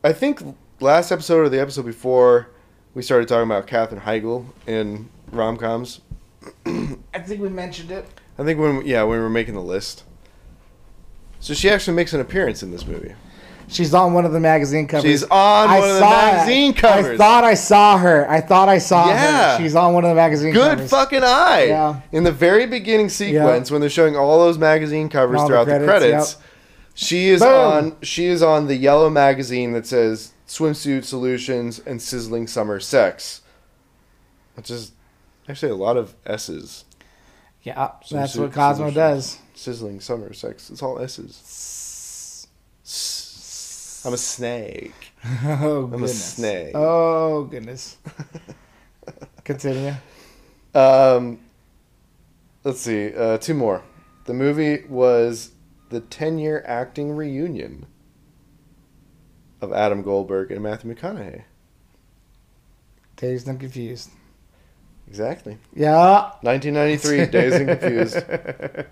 B: I think last episode or the episode before, we started talking about Katherine Heigl in rom coms.
A: I think we mentioned it.
B: I think when yeah when we were making the list. So she actually makes an appearance in this movie.
A: She's on one of the magazine covers.
B: She's on
A: I
B: one of the
A: saw that.
B: magazine covers.
A: I thought I saw her. I thought I saw
B: Yeah.
A: her. She's on one of the magazine
B: Good
A: covers.
B: fucking eye.
A: Yeah.
B: In the very beginning sequence, when they're showing all those magazine covers
A: all the
B: throughout the credits,
A: credits,
B: she is
A: Boom.
B: on she is on the yellow magazine that says swimsuit solutions and sizzling summer sex, which is actually a lot of S's.
A: Yeah,
B: Some
A: that's
B: su-
A: what Cosmo
B: solution.
A: does.
B: Sizzling summer sex. It's all S's. S- I'm a snake.
A: (laughs) Oh,
B: a
A: goodness.
B: snake.
A: Oh,
B: (laughs)
A: goodness. Continue.
B: Um, let's see. Uh, two more. The movie was the 10 year acting reunion of Adam Goldberg and Matthew McConaughey.
A: Dazed and confused.
B: Exactly.
A: Yeah.
B: 1993, Days and
A: (laughs)
B: Confused.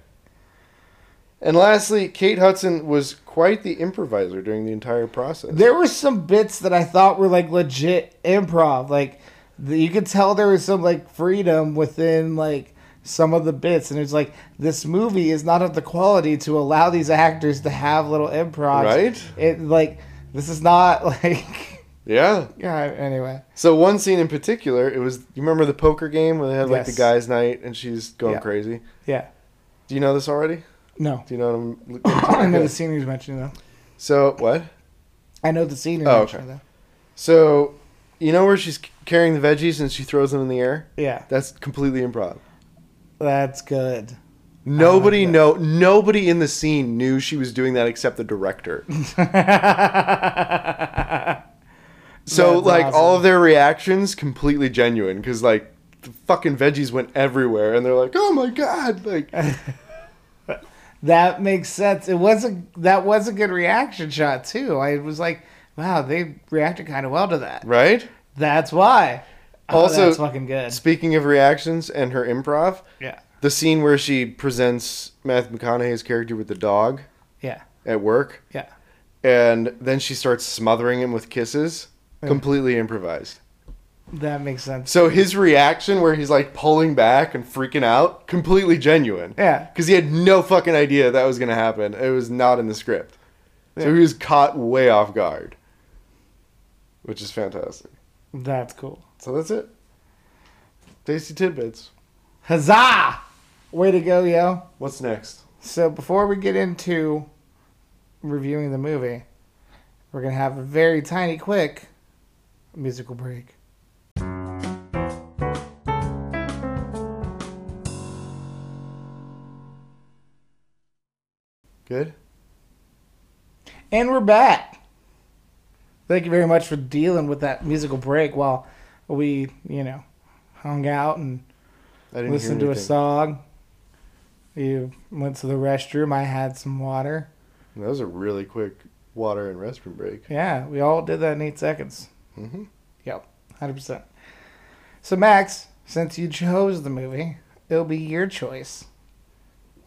B: And lastly, Kate Hudson was quite the improviser during the entire process.
A: There were some bits that I thought were like legit improv. Like the, you could tell there was some like freedom within like some of the bits, and it's like this movie is not of the quality to allow these actors to have little improv.
B: Right?
A: It like this is not (laughs) like
B: Yeah.
A: yeah. Anyway,
B: So one scene in particular, it was you remember the poker game where they had like
A: Yes.
B: the guys' night and she's going
A: Yeah.
B: crazy.
A: yeah.
B: Do you know this already?
A: No, (clears throat)
B: Do you know
A: (coughs)
B: what
A: I
B: I'm?
A: know the scene you mentioned though.
B: So what?
A: I know the scene you
B: Oh,
A: mentioned
B: okay.
A: though.
B: So you know where she's carrying the veggies and she throws them in the air?
A: Yeah,
B: That's completely improv.
A: that's good. (laughs) Oh,
B: Nobody know nobody in the scene knew she was doing that except
A: (laughs)
B: the director. So
A: That's
B: like all
A: awesome.
B: of their reactions completely genuine cuz like the fucking veggies went everywhere and they're like, "Oh my god."
A: (laughs)
B: Like
A: That makes sense. It was a that was a good reaction shot too. I was like, wow, they reacted kind of well to that.
B: right?
A: That's why. Oh,
B: Also-
A: that's fucking good.
B: Speaking of reactions and her improv,
A: Yeah,
B: the scene where she presents Matthew McConaughey's character with the dog
A: yeah,
B: at work
A: yeah.
B: and then she starts smothering him with kisses, completely improvised.
A: That makes sense.
B: So his reaction, where he's like pulling back and freaking out, completely genuine.
A: Yeah.
B: Because he had no fucking idea that was going to happen. It was not in the script. So he was caught way off guard, which is fantastic.
A: That's cool.
B: So that's it. Tasty tidbits.
A: Huzzah! Way to go, yo.
B: What's next?
A: So before we get into reviewing the movie, we're gonna have a very tiny, quick musical break.
B: Good?
A: And we're back. Thank you very much for dealing with that musical break while we, you know, hung out and
B: I didn't
A: listened
B: hear
A: to a
B: anything.
A: song. You went to the restroom. I had some water.
B: That was a really quick water and restroom break.
A: Yeah, we all did that in eight seconds.
B: Mhm.
A: Yep, 100%. So, Max, since you chose the movie, it'll be your choice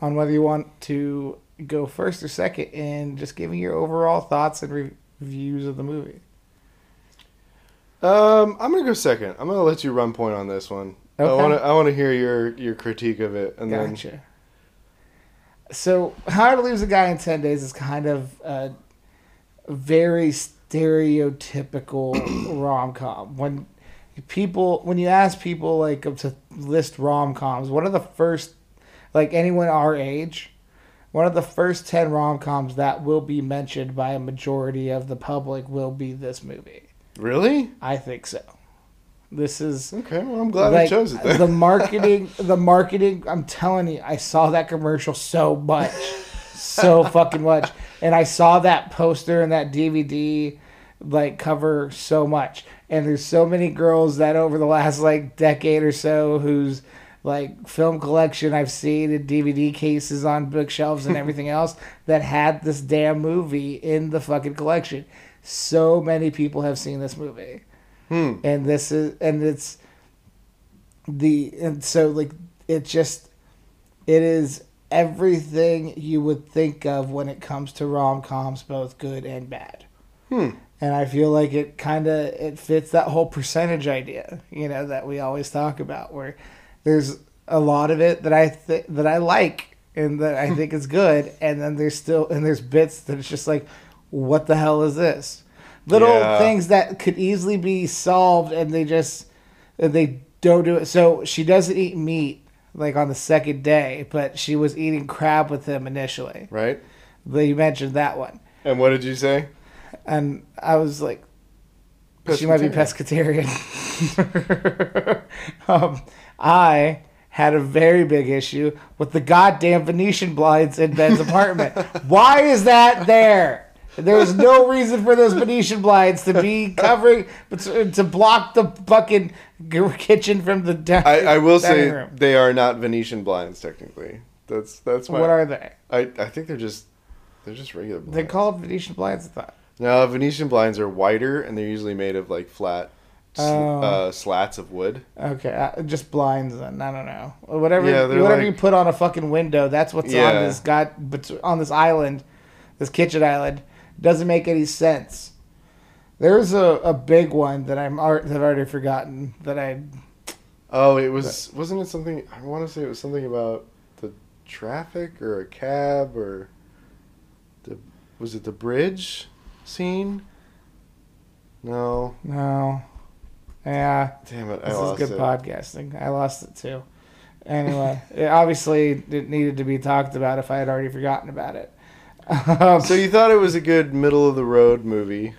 A: on whether you want to go first or second and just giving your overall thoughts and re- reviews of the movie.
B: Um, I'm gonna go second. I'm gonna let you run point on this one. I
A: Okay.
B: want to. I want to hear your your critique of it, and then
A: Gotcha. So, How to Lose a Guy in 10 Days is kind of a very stereotypical rom com. When people, when you ask people like to list rom coms, one of the first, like anyone our age, one of the first 10 rom coms that will be mentioned by a majority of the public will be this movie.
B: really.
A: I think so. This is
B: Okay, well, I'm glad I
A: like,
B: chose it. Then.
A: the
B: (laughs)
A: marketing, the marketing. I'm telling you, I saw that commercial so much, so fucking much, and I saw that poster and that DVD like cover so much. And there's so many girls that over the last like decade or so whose like film collection I've seen in DVD cases on bookshelves
B: (laughs)
A: and everything else that had this damn movie in the fucking collection. So many people have seen this movie.
B: Hmm.
A: And this is and it's the and so like it just it is everything you would think of when it comes to rom-coms both good and bad and i feel like it kind of it fits that whole percentage idea you know that we always talk about where there's a lot of it that i th- that i like and that i think is good and then there's still and there's bits that it's just like what the hell is this little
B: Yeah.
A: things that could easily be solved and they just and they don't do it. So she doesn't eat meat like on the second day, but she was eating crab with him initially.
B: right.
A: They mentioned that one,
B: And what did you say?
A: and I was like, (laughs) she might be pescatarian. um, I had a very big issue with the goddamn Venetian blinds in Ben's apartment.
B: (laughs)
A: Why is that there? There was no reason for those Venetian blinds to
B: (laughs)
A: be covering to block the fucking kitchen from the di-
B: I, I will
A: dining
B: say
A: room.
B: they are not Venetian blinds technically. That's that's my.
A: What are they?
B: I I think they're just they're just regular blinds.
A: They're called Venetian blinds. I thought.
B: No, Venetian blinds are wider and they're usually made of like flat sl-
A: Oh.
B: uh, slats of wood.
A: Okay, uh, just blinds then. I don't know. Whatever,
B: Yeah, they're
A: whatever
B: like-
A: you put on a fucking window, that's what's
B: Yeah.
A: on this god bet- on this island, this kitchen island. Doesn't make any sense. There's a, a big one that I'm ar- that I've already forgotten that I
B: Oh, it was wasn't it something? I want to say it was something about the traffic or a cab or the was it the bridge scene? No,
A: no. Yeah,
B: damn it, I
A: this is
B: lost
A: good
B: it.
A: podcasting. I lost it too. Anyway, it, obviously it needed to be talked about if I had already forgotten about it. (laughs) Um,
B: So you thought it was a good middle of the road movie?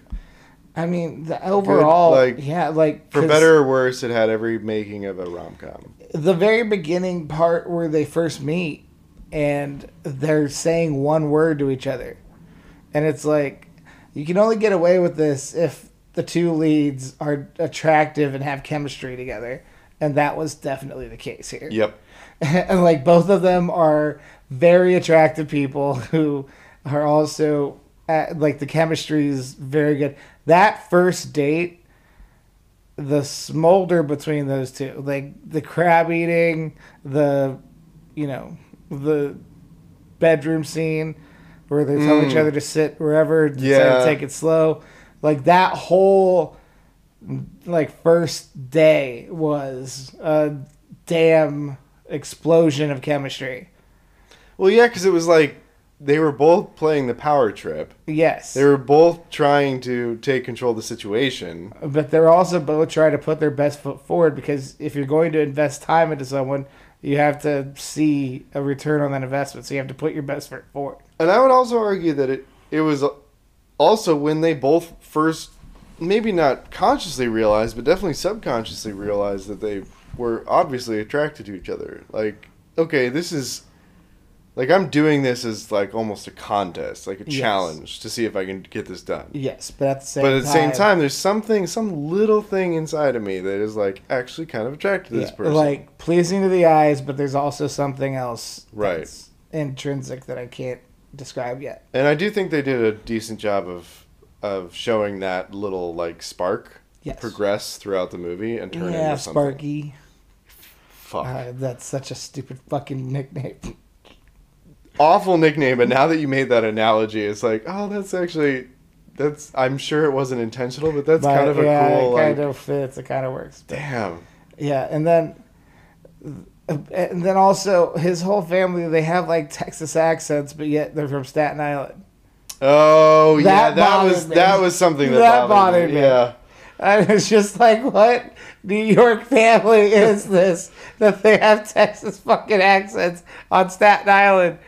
A: I mean, the overall,
B: like,
A: yeah, like
B: For
A: 'cause-
B: better or worse, it had every making of a rom com.
A: the very beginning part where they first meet and they're saying one word to each other. And it's like you can only get away with this if the two leads are attractive and have chemistry together. And that was definitely the case here.
B: Yep.
A: (laughs) and like both of them are very attractive people (laughs) who are also uh like the chemistry is very good. That first date, the smolder between those two, like the crab eating, the you know the bedroom scene where they tell each other to sit wherever, yeah,
B: Yeah.
A: take it slow, like that whole like first day was a damn explosion of chemistry.
B: Well, yeah, because it was like they were both playing the power trip.
A: Yes.
B: They were both trying to take control of the situation.
A: but they're also both trying to put their best foot forward because if you're going to invest time into someone, you have to see a return on that investment. So you have to put your best foot forward.
B: And I would also argue that it it was also when they both first maybe not consciously realized, but definitely subconsciously realized that they were obviously attracted to each other. Like, okay, this is like I'm doing this as like almost a contest, like a
A: Yes.
B: challenge to see if I can get this done.
A: Yes, but at the same
B: But at the same time, there's something, some little thing inside of me that is like actually kind of attracted to this
A: yeah,
B: person.
A: like pleasing to the eyes, but there's also something else
B: Right.
A: that's intrinsic that I can't describe yet.
B: and I do think they did a decent job of of showing that little like spark
A: Yes.
B: progress throughout the movie and turn
A: yeah,
B: into something.
A: Sparky.
B: Fuck.
A: Uh, that's such a stupid fucking nickname.
B: Awful nickname, but now that you made that analogy, it's like, oh, that's actually that's. I'm sure it wasn't intentional, but that's
A: But,
B: kind of a
A: yeah,
B: cool.
A: It kind
B: like,
A: of fits. It kind of works.
B: Damn.
A: Yeah, and then and then also his whole family they have like Texas accents, but yet they're from Staten Island.
B: Oh yeah,
A: That
B: that was
A: bothered me.
B: that was something that,
A: That bothered
B: bothered
A: me.
B: me. Yeah.
A: And it's just like, what New York family is this that they have Texas fucking accents on Staten Island?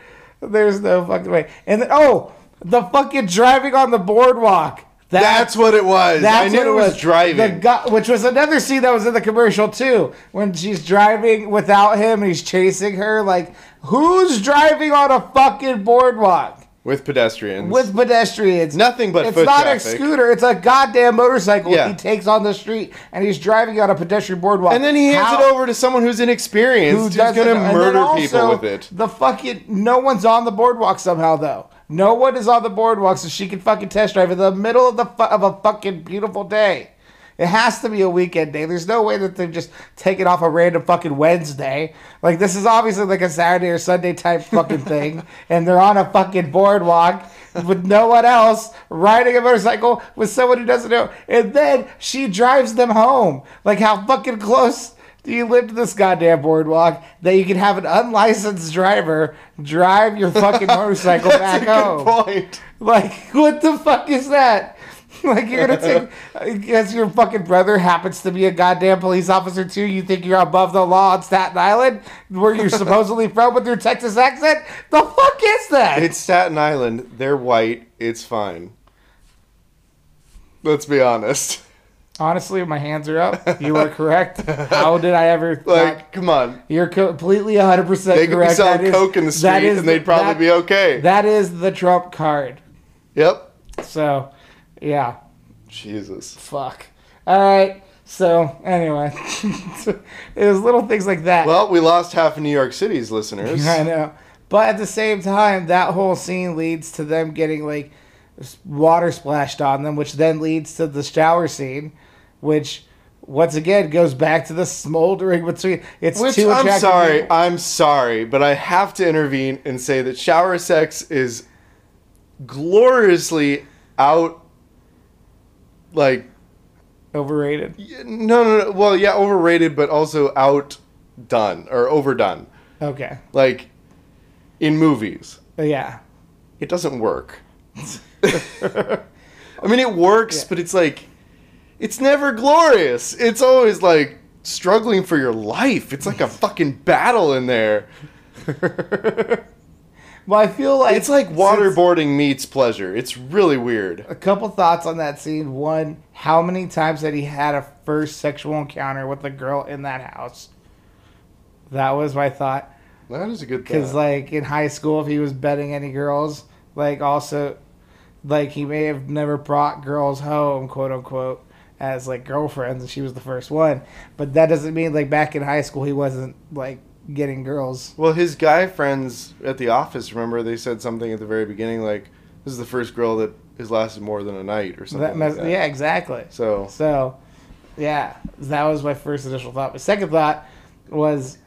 A: There's no fucking way. And then, oh, the fucking driving on the boardwalk. That-
B: That's what it was. I knew
A: what
B: it was,
A: The
B: driving.
A: guy, which was another scene that was in the commercial too, when she's driving without him and he's chasing her. Like, who's driving on a fucking boardwalk
B: with pedestrians.
A: with pedestrians?
B: nothing but
A: It's
B: foot
A: not
B: traffic.
A: a scooter. It's a goddamn motorcycle
B: Yeah.
A: he takes on the street, and he's driving on a pedestrian boardwalk.
B: and then he hands
A: How-
B: it over to someone who's inexperienced, who's
A: doesn't-
B: going to
A: and then
B: murder
A: also,
B: people with it.
A: The fucking no one's on the boardwalk somehow though. No one is on the boardwalk, so she can fucking test drive in the middle of the fu- of a fucking beautiful day. It has to be a weekend day. There's no way that they're just taking off a random fucking Wednesday. Like this is obviously like a Saturday or Sunday type fucking
B: (laughs)
A: thing, and they're on a fucking boardwalk with no one else riding a motorcycle with someone who doesn't know. And then she drives them home. Like how fucking close do you live to this goddamn boardwalk that you can have an unlicensed driver drive your
B: (laughs)
A: fucking motorcycle back
B: That's a
A: home?
B: good point.
A: Like, what the fuck is that? (laughs) Like, you're gonna take,
B: (laughs)
A: because your fucking brother happens to be a goddamn police officer too. You think you're above the law on Staten Island, where you're supposedly from with your Texas accent? The fuck is that?
B: It's Staten Island. They're white. It's fine. Let's be honest. (laughs)
A: Honestly, my hands are up. You are correct. How did I ever?
B: Like,
A: not-
B: come on.
A: you're completely 100 percent
B: They
A: correct.
B: could be
A: That
B: selling
A: is-
B: coke in the
A: that
B: street,
A: is
B: and they'd
A: the-
B: probably
A: that-
B: be okay.
A: That is the trump card.
B: yep.
A: So, yeah,
B: Jesus.
A: fuck. All right. So anyway, (laughs) it was little things like that.
B: Well, we lost half of New York City's listeners.
A: I know. But at the same time, that whole scene leads to them getting like s- water splashed on them, which then leads to the shower scene, which once again goes back to the smoldering between. It's
B: (laughs) Which
A: too
B: I'm
A: attractive.
B: sorry,
A: people.
B: I'm sorry, but I have to intervene and say that shower sex is gloriously out. Like
A: Overrated.
B: y- no, no, no. Well, yeah, overrated, but also outdone or overdone.
A: Okay.
B: Like in movies,
A: Yeah.
B: it doesn't work. (laughs) I mean, it works,
A: Yeah.
B: but it's like, it's never glorious. It's always like struggling for your life.
A: (laughs)
B: It's like a fucking battle in there.
A: Well, I feel like
B: It's like
A: since-
B: waterboarding meets pleasure. It's really weird.
A: A couple thoughts on that scene. One, how many times had he had a first sexual encounter with a girl in that house? That was my thought.
B: That is a good thing.
A: Because like in high school, if he was betting any girls, like also, like he may have never brought girls home, quote unquote, as like girlfriends, and she was the first one. But that doesn't mean like back in high school he wasn't like getting girls.
B: well, his guy friends at the office, remember, they said something at the very beginning like, this is the first girl that has lasted more than a night or something.
A: That
B: like
A: mess-
B: that.
A: yeah, exactly.
B: So,
A: So, yeah, that was my first initial thought. My second thought was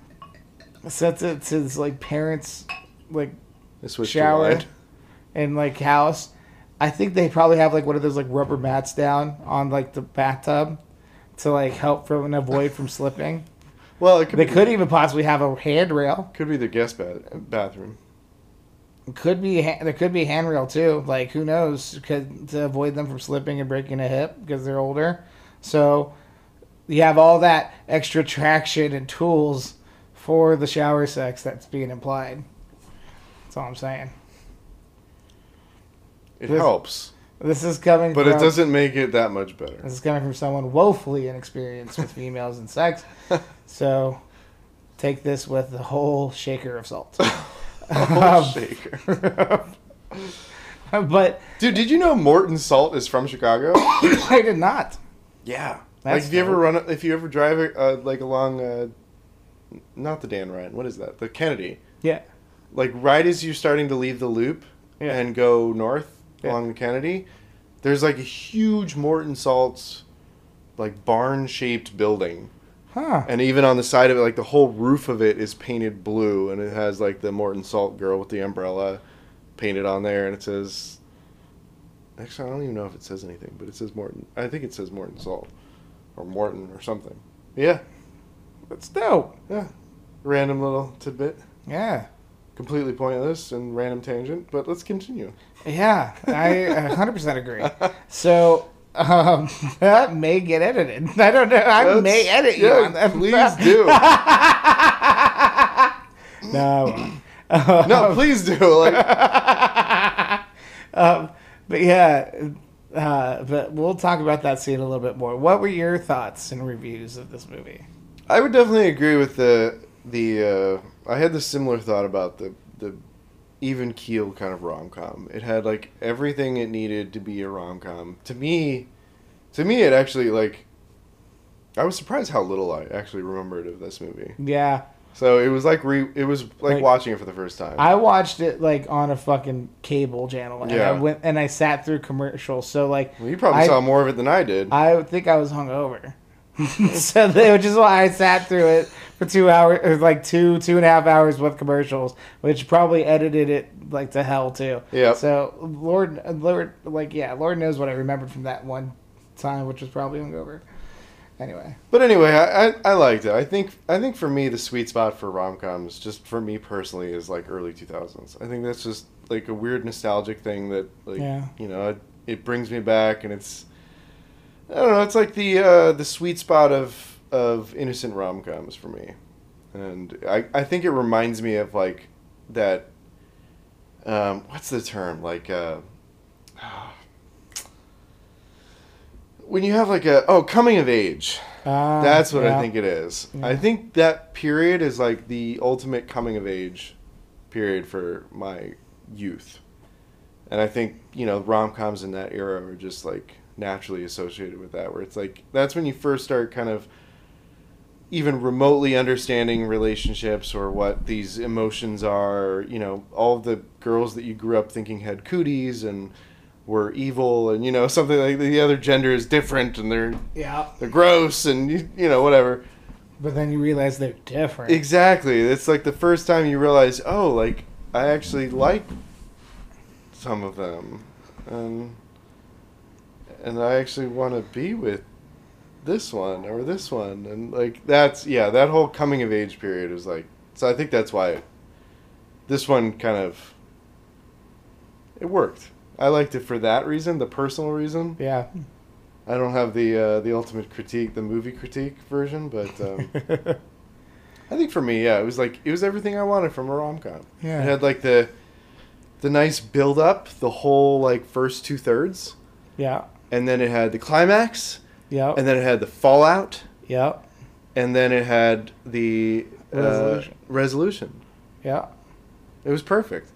A: since it's his like parents, like
B: I switched to
A: shower
B: wine.
A: and like house. I think they probably have like one of those like rubber mats down on like the bathtub to like help from and avoid from slipping.
B: Well, it could
A: They
B: be,
A: could even possibly have a handrail.
B: could be the guest bath- bathroom.
A: Could be ha- there could be a handrail too. Like who knows? Could to avoid them from slipping and breaking a hip because they're older. So you have all that extra traction and tools for the shower sex that's being implied. That's all I'm saying.
B: It
A: This-
B: helps,
A: This is coming.
B: but it
A: from-
B: doesn't make it that much
A: (laughs)
B: better. (laughs)
A: This is coming from someone woefully inexperienced with females and
B: (laughs)
A: sex. So take this with a whole shaker of salt. (laughs)
B: Oh, shaker. (laughs)
A: but
B: Dude, did you know Morton Salt is
A: (coughs)
B: from Chicago?
A: I did not.
B: yeah. like
A: That's
B: if you ever
A: dope.
B: run, if you ever drive uh, like along, uh, not the Dan Ryan, what is that? The Kennedy.
A: Yeah.
B: Like right as you're starting to leave the loop
A: Yeah.
B: and go north
A: Yeah.
B: along the Kennedy, there's like a huge Morton Salt's like barn shaped building.
A: Huh.
B: And even on the side of it, like the whole roof of it is painted blue, and it has like the Morton Salt girl with the umbrella painted on there, and it says. Actually, I don't even know if it says anything, but it says Morton. I think it says Morton Salt, or Morton or something. Yeah,
A: That's dope.
B: yeah. Random little tidbit,
A: Yeah.
B: completely pointless and random tangent, but let's continue.
A: Yeah. I 100% agree. So. Um, (laughs) that may get edited. I don't know. I
B: That's-
A: may edit you
B: yeah,
A: on that.
B: Please
A: (laughs)
B: do.
A: No. (laughs)
B: no, please do. Like,
A: um, but yeah, uh, but we'll talk about that scene a little bit more. What were your thoughts and reviews of this movie?
B: I would definitely agree with the the. Uh, I had the similar thought about the the even keel kind of rom com. It had like everything it needed to be a rom com. To me, to me, it actually like. I was surprised how little I actually remembered of this movie.
A: Yeah,
B: So it was like re. It was like,
A: Like-
B: watching it for the first time.
A: I watched it like on a fucking cable channel, and
B: Yeah.
A: I went and I sat through commercials. So like,
B: well, you probably
A: I-
B: saw more of it than I did.
A: I think I was hungover, (laughs) so that, which is why I sat through it for two hours, or like two two and a half hours with commercials, which probably edited it like to hell too.
B: Yep.
A: So Lord, Lord, like yeah, Lord knows what I remembered from that one time, which was probably hungover. Anyway,
B: But anyway, I, I, I liked it. I think I think for me the sweet spot for rom coms, just for me personally, is like early two thousands. I think that's just like a weird nostalgic thing that like
A: Yeah.
B: you know it, it brings me back, and it's I don't know. It's like the uh, the sweet spot of of innocent rom coms for me, and I I think it reminds me of like that. Um, what's the term like? Uh, (sighs) when you have like a oh coming of age.
A: Ah,
B: That's what
A: yeah.
B: I think it is.
A: Yeah.
B: I think that period is like the ultimate coming of age period for my youth. And I think, you know, rom coms in that era are just like naturally associated with that, where it's like that's when you first start kind of even remotely understanding relationships or what these emotions are, you know, all the girls that you grew up thinking had cooties and were evil and you know (laughs) something like the other gender is different and they're
A: Yeah,
B: they're gross and you, you know whatever
A: but then you realize they're different.
B: exactly it's like the first time you realize oh like i actually like some of them and and i actually want to be with this one or this one and like that's yeah that whole coming of age period is like so i think that's why it, this one kind of it worked i liked it for that reason the personal reason
A: yeah.
B: I don't have the uh, the ultimate critique, the movie critique version, but um, I think for me, yeah, it was like it was everything I wanted from a rom com.
A: (laughs) Yeah.
B: it had like the the nice build up, the whole like first two thirds,
A: yeah.
B: and then it had the climax,
A: Yeah.
B: and then it had the fallout,
A: Yeah.
B: and then it had the uh,
A: Resolution.
B: resolution.
A: Yeah.
B: It was perfect,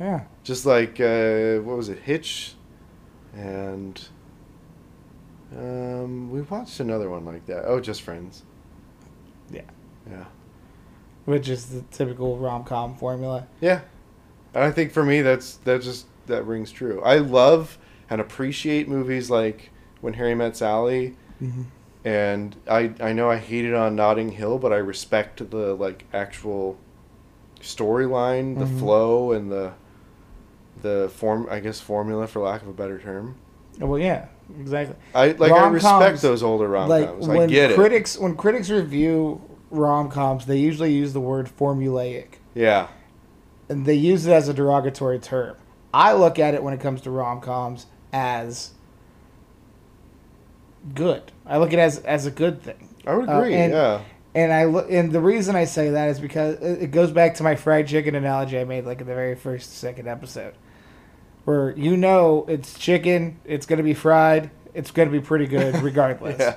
A: Yeah.
B: just like uh, what was it, Hitch, and um, we watched another one like that. Oh, just Friends.
A: Yeah.
B: Yeah.
A: Which is the typical rom com formula.
B: Yeah. And I think for me that's that just that rings true. I love and appreciate movies like When Harry Met Sally and I I know I hated on Notting Hill, but I respect the like actual storyline, the
A: Mhm.
B: flow and the the form I guess formula for lack of a better term.
A: Well, yeah, exactly.
B: I like I respect
A: Rom-coms,
B: those older rom
A: like
B: coms. I
A: when
B: get it.
A: critics when critics review rom coms, they usually use the word formulaic,
B: Yeah.
A: and they use it as a derogatory term. I look at it when it comes to rom coms as good. I look at it as as a good thing.
B: I would
A: Uh,
B: agree,
A: and-
B: yeah.
A: And I look, and the reason I say that is because it it goes back to my fried chicken analogy I made like in the very first second episode, where you know it's chicken, it's gonna be fried, it's gonna be pretty good regardless.
B: Yeah.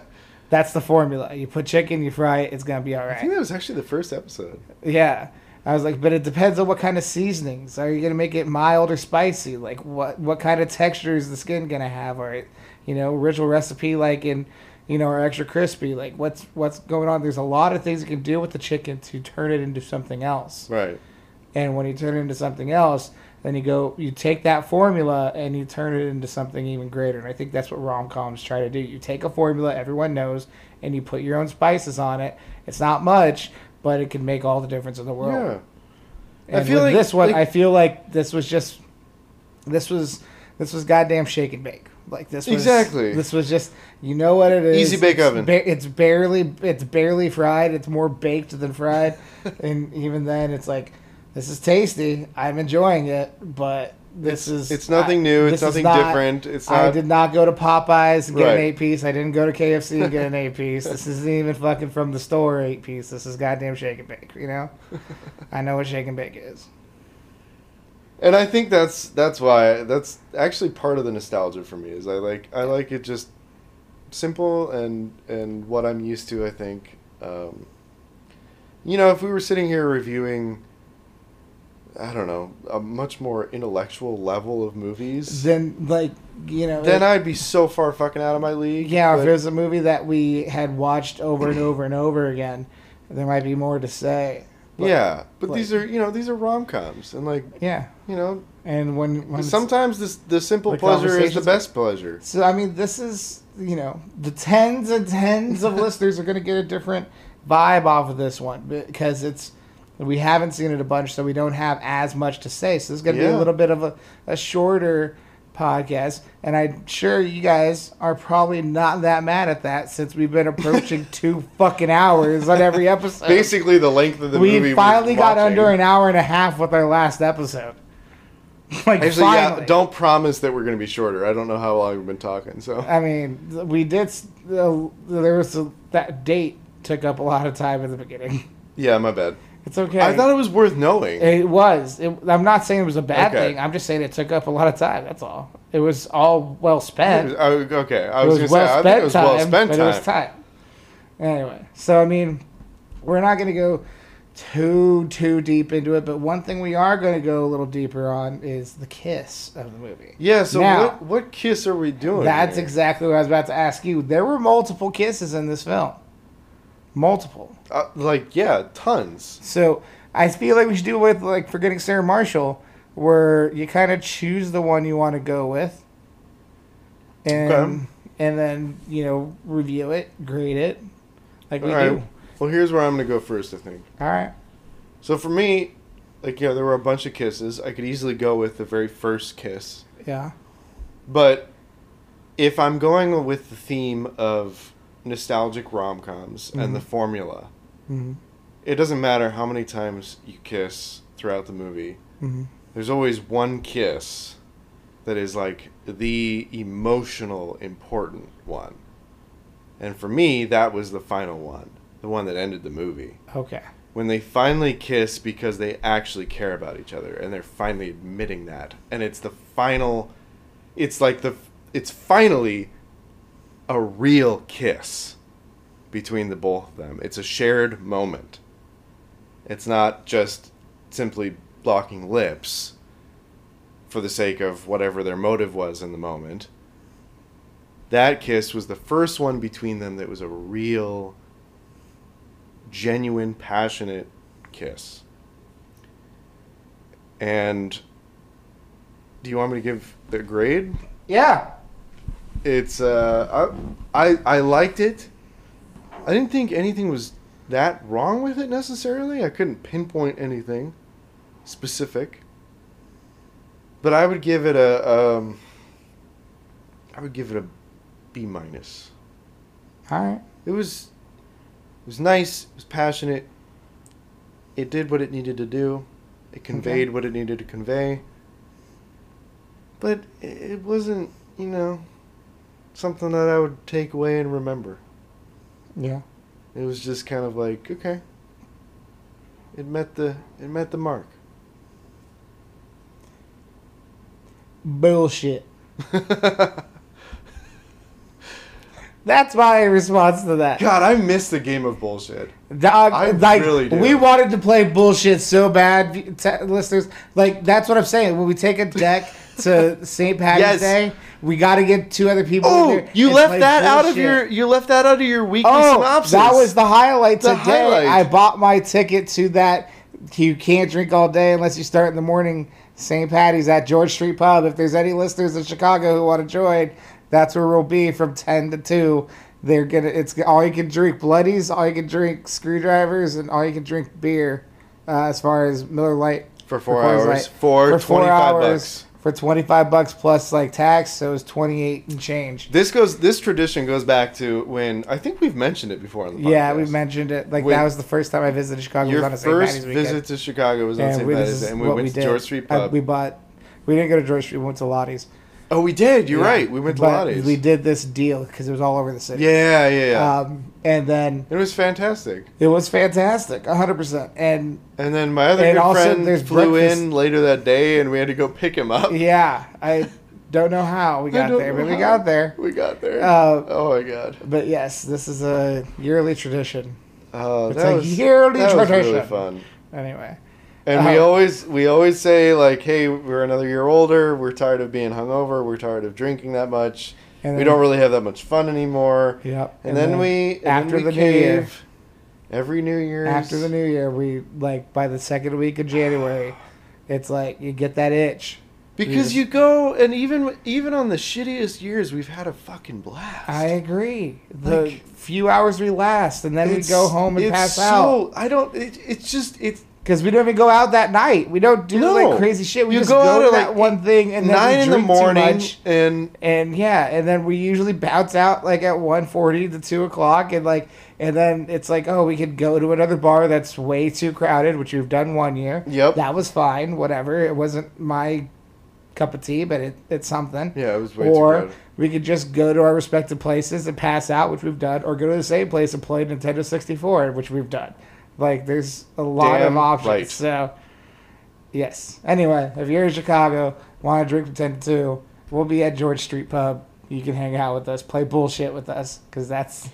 A: That's the formula. You put chicken, you fry it, it's gonna be all
B: I think
A: right.
B: that was actually the first episode.
A: Yeah. I was like, but it depends on what kind of seasonings. Are you gonna make it mild or spicy? Like, what what kind of texture is the skin gonna have? Or, you know, original recipe like in, you know, or extra crispy. Like, what's what's going on? There's a lot of things you can do with the chicken to turn it into something else.
B: Right.
A: And when you turn it into something else, then you go, you take that formula and you turn it into something even greater. And I think that's what rom coms try to do. You take a formula everyone knows and you put your own spices on it. It's not much, but it can make all the difference in the world.
B: Yeah.
A: And
B: I feel
A: with
B: like-
A: this one,
B: like-
A: I feel like this was just, this was, this was goddamn shake and bake. Like this was
B: Exactly.
A: This was just, you know what it is.
B: Easy bake
A: It's
B: oven.
A: ba- it's barely, it's barely fried. It's more baked than
B: (laughs)
A: fried, and even then, it's like, this is tasty. I'm enjoying it, but this is
B: It's nothing new.
A: I-
B: It's
A: this is
B: nothing
A: not-
B: different. It's not.
A: I did not go to Popeyes and get an
B: Right.
A: eight piece. I didn't go to KFC and get an eight
B: (laughs)
A: piece. This isn't even fucking from the store eight piece. This is goddamn shake and bake. You
B: (laughs)
A: know, I know what shake and bake is.
B: and I think that's that's why that's actually part of the nostalgia for me is I like I like it just simple and and what I'm used to. I think, um, you know, if we were sitting here reviewing, I don't know, a much more intellectual level of movies, then,
A: Then like you know it-
B: I'd be so far fucking out of my league.
A: yeah if
B: but-
A: it was a movie that we had watched over and over and over again there might be more to say But-
B: yeah. But
A: like-
B: these are you know these are rom coms and like
A: yeah
B: you know
A: and when when
B: sometimes this the simple
A: Like
B: pleasure is the
A: conversations-
B: best pleasure.
A: so I mean this is you know the tens and tens
B: (laughs)
A: of listeners are going to get a different vibe off of this one because it's we haven't seen it a bunch so we don't have as much to say so this is going to be
B: Yeah.
A: a little bit of a, a shorter podcast and I'm sure you guys are probably not that mad at that since we've been
B: (laughs)
A: approaching two fucking hours on every episode.
B: basically the length of the
A: we
B: movie. we've
A: finally
B: been
A: got
B: watching.
A: under an hour and a half with our last episode. (laughs) like
B: Actually,
A: finally.
B: yeah, don't promise that we're going to be shorter. I don't know how long we've been talking, so
A: I mean, th- we did. s- Uh, there was a, that date took up a lot of time at the beginning. (laughs)
B: yeah, my bad.
A: It's okay.
B: I thought it was worth knowing.
A: it was. It, I'm not saying it was a bad
B: Okay.
A: thing. I'm just saying it took up a lot of time. That's all. It was all well spent.
B: Oh, okay, I
A: It
B: was,
A: was
B: gonna
A: well
B: say I
A: spent
B: think it was
A: time,
B: well spent
A: but
B: time.
A: it was time. Anyway, so I mean, we're not going to go too too deep into it, but one thing we are going to go a little deeper on is the kiss of the movie.
B: Yeah. So
A: Now-
B: what what kiss are we doing?
A: That's
B: here?
A: exactly what I was about to ask you. There were multiple kisses in this film, multiple.
B: uh, like yeah, tons.
A: So I feel like we should do with like forgetting Sarah Marshall, where you kind of choose the one you want to go with, and
B: Okay.
A: and then you know review it, grade it, like we
B: All right.
A: do.
B: Well, here's where I'm gonna go first. I think.
A: All right.
B: So for me, like yeah, there were a bunch of kisses. I could easily go with the very first kiss,
A: Yeah.
B: but if I'm going with the theme of nostalgic rom coms and the formula,
A: Mm-hmm.
B: it doesn't matter how many times you kiss throughout the movie.
A: Mm-hmm.
B: There's always one kiss that is like the emotional important one. And for me, that was the final one, the one that ended the movie.
A: Okay.
B: When they finally kiss because they actually care about each other and they're finally admitting that. And it's the final it's like the it's finally a real kiss between the both of them. It's a shared moment. It's not just simply blocking lips for the sake of whatever their motive was in the moment. That kiss was the first one between them that was a real, genuine, passionate kiss. And do you want me to give the grade?
A: Yeah.
B: It's uh, I, I I liked it. I didn't think anything was that wrong with it necessarily. I couldn't pinpoint anything specific, but I would give it a um, I would give it a B minus.
A: All right.
B: It was it was nice. It was passionate. It did what it needed to do. It conveyed what it needed to convey. But i- it wasn't, you know, something that I would take away and remember.
A: Yeah.
B: It was just kind of like, okay. It met the it met the mark.
A: (laughs) Bullshit.
B: God,
A: That's my response to that.
B: I miss the game of bullshit.
A: Dog,
B: I
A: like
B: really do.
A: we wanted to play bullshit so bad, v- te- listeners. Like that's what I'm saying. When we take a deck to St. Patrick's
B: Yes.
A: Day, we got to get two other people. in
B: Oh,
A: there
B: you
A: and
B: left
A: play
B: that out of
A: bullshit.
B: your you left that out of your weekly
A: Oh,
B: synopsis.
A: that was the highlight
B: The
A: today.
B: highlight.
A: I bought my ticket to that. You can't drink all day unless you start in the morning. St. Patty's at George Street Pub. If there's any listeners in Chicago who want to join, that's where we'll be from ten to two. They're gonna. It's all you can drink bloodies, all you can drink screwdrivers, and all you can drink beer. Uh, as far as Miller Lite
B: For four
A: Coors
B: hours,
A: Light.
B: for 25 bucks.
A: for twenty five bucks plus like tax, so it's twenty eight and change.
B: This goes. This tradition goes back to when I think we've mentioned it before on the podcast.
A: Yeah, we mentioned it. Like
B: When-
A: that was the first time I visited Chicago.
B: your
A: was on a St.
B: first
A: Patty's weekend.
B: visit to Chicago was on
A: and
B: St.
A: we,
B: Patty's,
A: this is
B: Day, and we
A: what
B: went
A: we
B: to
A: did.
B: George Street
A: I-
B: Pub.
A: we bought. We didn't go to George Street. We went to Lottie's.
B: oh, we did. You're right. We went to
A: But
B: Lottie's.
A: We did this deal because it was all over the city.
B: Yeah, yeah, yeah.
A: Um, and then
B: it was fantastic.
A: it was fantastic, hundred percent. And
B: And then my other
A: and
B: good
A: also
B: friend
A: there's
B: flew
A: breakfast.
B: in later that day, and we had to go pick him up.
A: yeah, I don't know how we
B: I
A: got
B: don't
A: there,
B: know
A: but we
B: how.
A: got there.
B: We got there.
A: Uh,
B: oh my god.
A: But yes, this is a yearly tradition.
B: Oh,
A: it's
B: that
A: a
B: was
A: yearly
B: that was really
A: tradition.
B: fun.
A: Anyway,
B: And we
A: Uh,
B: always we always say like, hey, we're another year older. We're tired of being hungover. We're tired of drinking that much.
A: and
B: we don't really have that much fun anymore.
A: Yep.
B: And, then, we and
A: after
B: then
A: the
B: we
A: new year.
B: cave every New Year's
A: after the new year, we like by the second week of
B: (sighs)
A: January, it's like you get that itch.
B: because you go and even even on the shittiest years we've had a fucking blast.
A: I agree. The
B: Like-
A: few hours we last, and then we
B: It's-
A: go home and
B: it's
A: pass
B: so,
A: out
B: I don't. It, it's just it's
A: because we don't even go out that night. We don't do
B: No.
A: like crazy shit. We
B: You
A: just
B: go
A: go,
B: out
A: to
B: at,
A: that
B: like,
A: one thing and then
B: nine in the
A: Too
B: morning
A: much.
B: and
A: And yeah, and then we usually bounce out like at 1.40 to two o'clock, and like, and then it's like, oh, we could go to another bar that's way too crowded, which we've done one year.
B: Yep.
A: that was fine. Whatever, it wasn't my cup of tea, but it, it's something.
B: yeah, it was way too
A: or
B: crowded.
A: we could just go to our respective places and pass out, which we've done, or go to the same place and play Nintendo 64, which we've done. Like, there's a lot
B: Damn
A: of options.
B: right.
A: So, yes. Anyway, if you're in Chicago, want to drink from 10 to 2, We'll be at George Street Pub. You can hang out with us, play bullshit with us, because that's.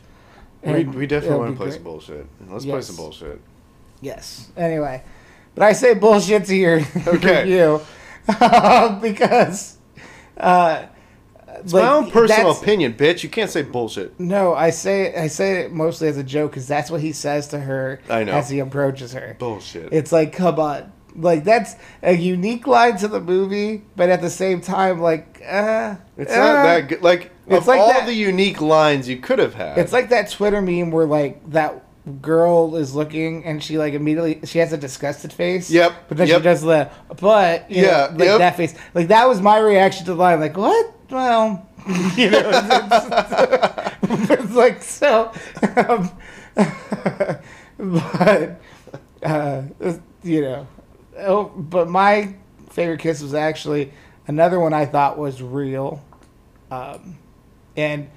B: We,
A: and
B: we
A: it'll
B: definitely want
A: be
B: to play
A: great.
B: some bullshit. Let's play
A: Yes.
B: some bullshit.
A: Yes. Anyway, but I say bullshit to your (laughs)
B: Okay.
A: you because uh,
B: It's my own personal opinion, bitch. You can't say bullshit.
A: No, I say I say it mostly as a joke because that's what he says to her
B: I know.
A: as he approaches her.
B: Bullshit.
A: It's like, come on, like that's a unique line to the movie, but at the same time, like, uh,
B: it's
A: uh,
B: not that good. Like,
A: it's
B: of
A: like
B: all
A: that-
B: the unique lines you could have had.
A: It's like that Twitter meme where like that girl is looking and she like immediately she has a disgusted face.
B: Yep,
A: But then
B: yep.
A: she does the but you know,
B: Yeah,
A: like
B: yep.
A: that face. Like that was my reaction to the line. Like what? Well, (laughs) you know, it's, it's- it's like so. Um, (laughs) but uh, you know, oh, but my favorite kiss was actually another one I thought was real. Um, and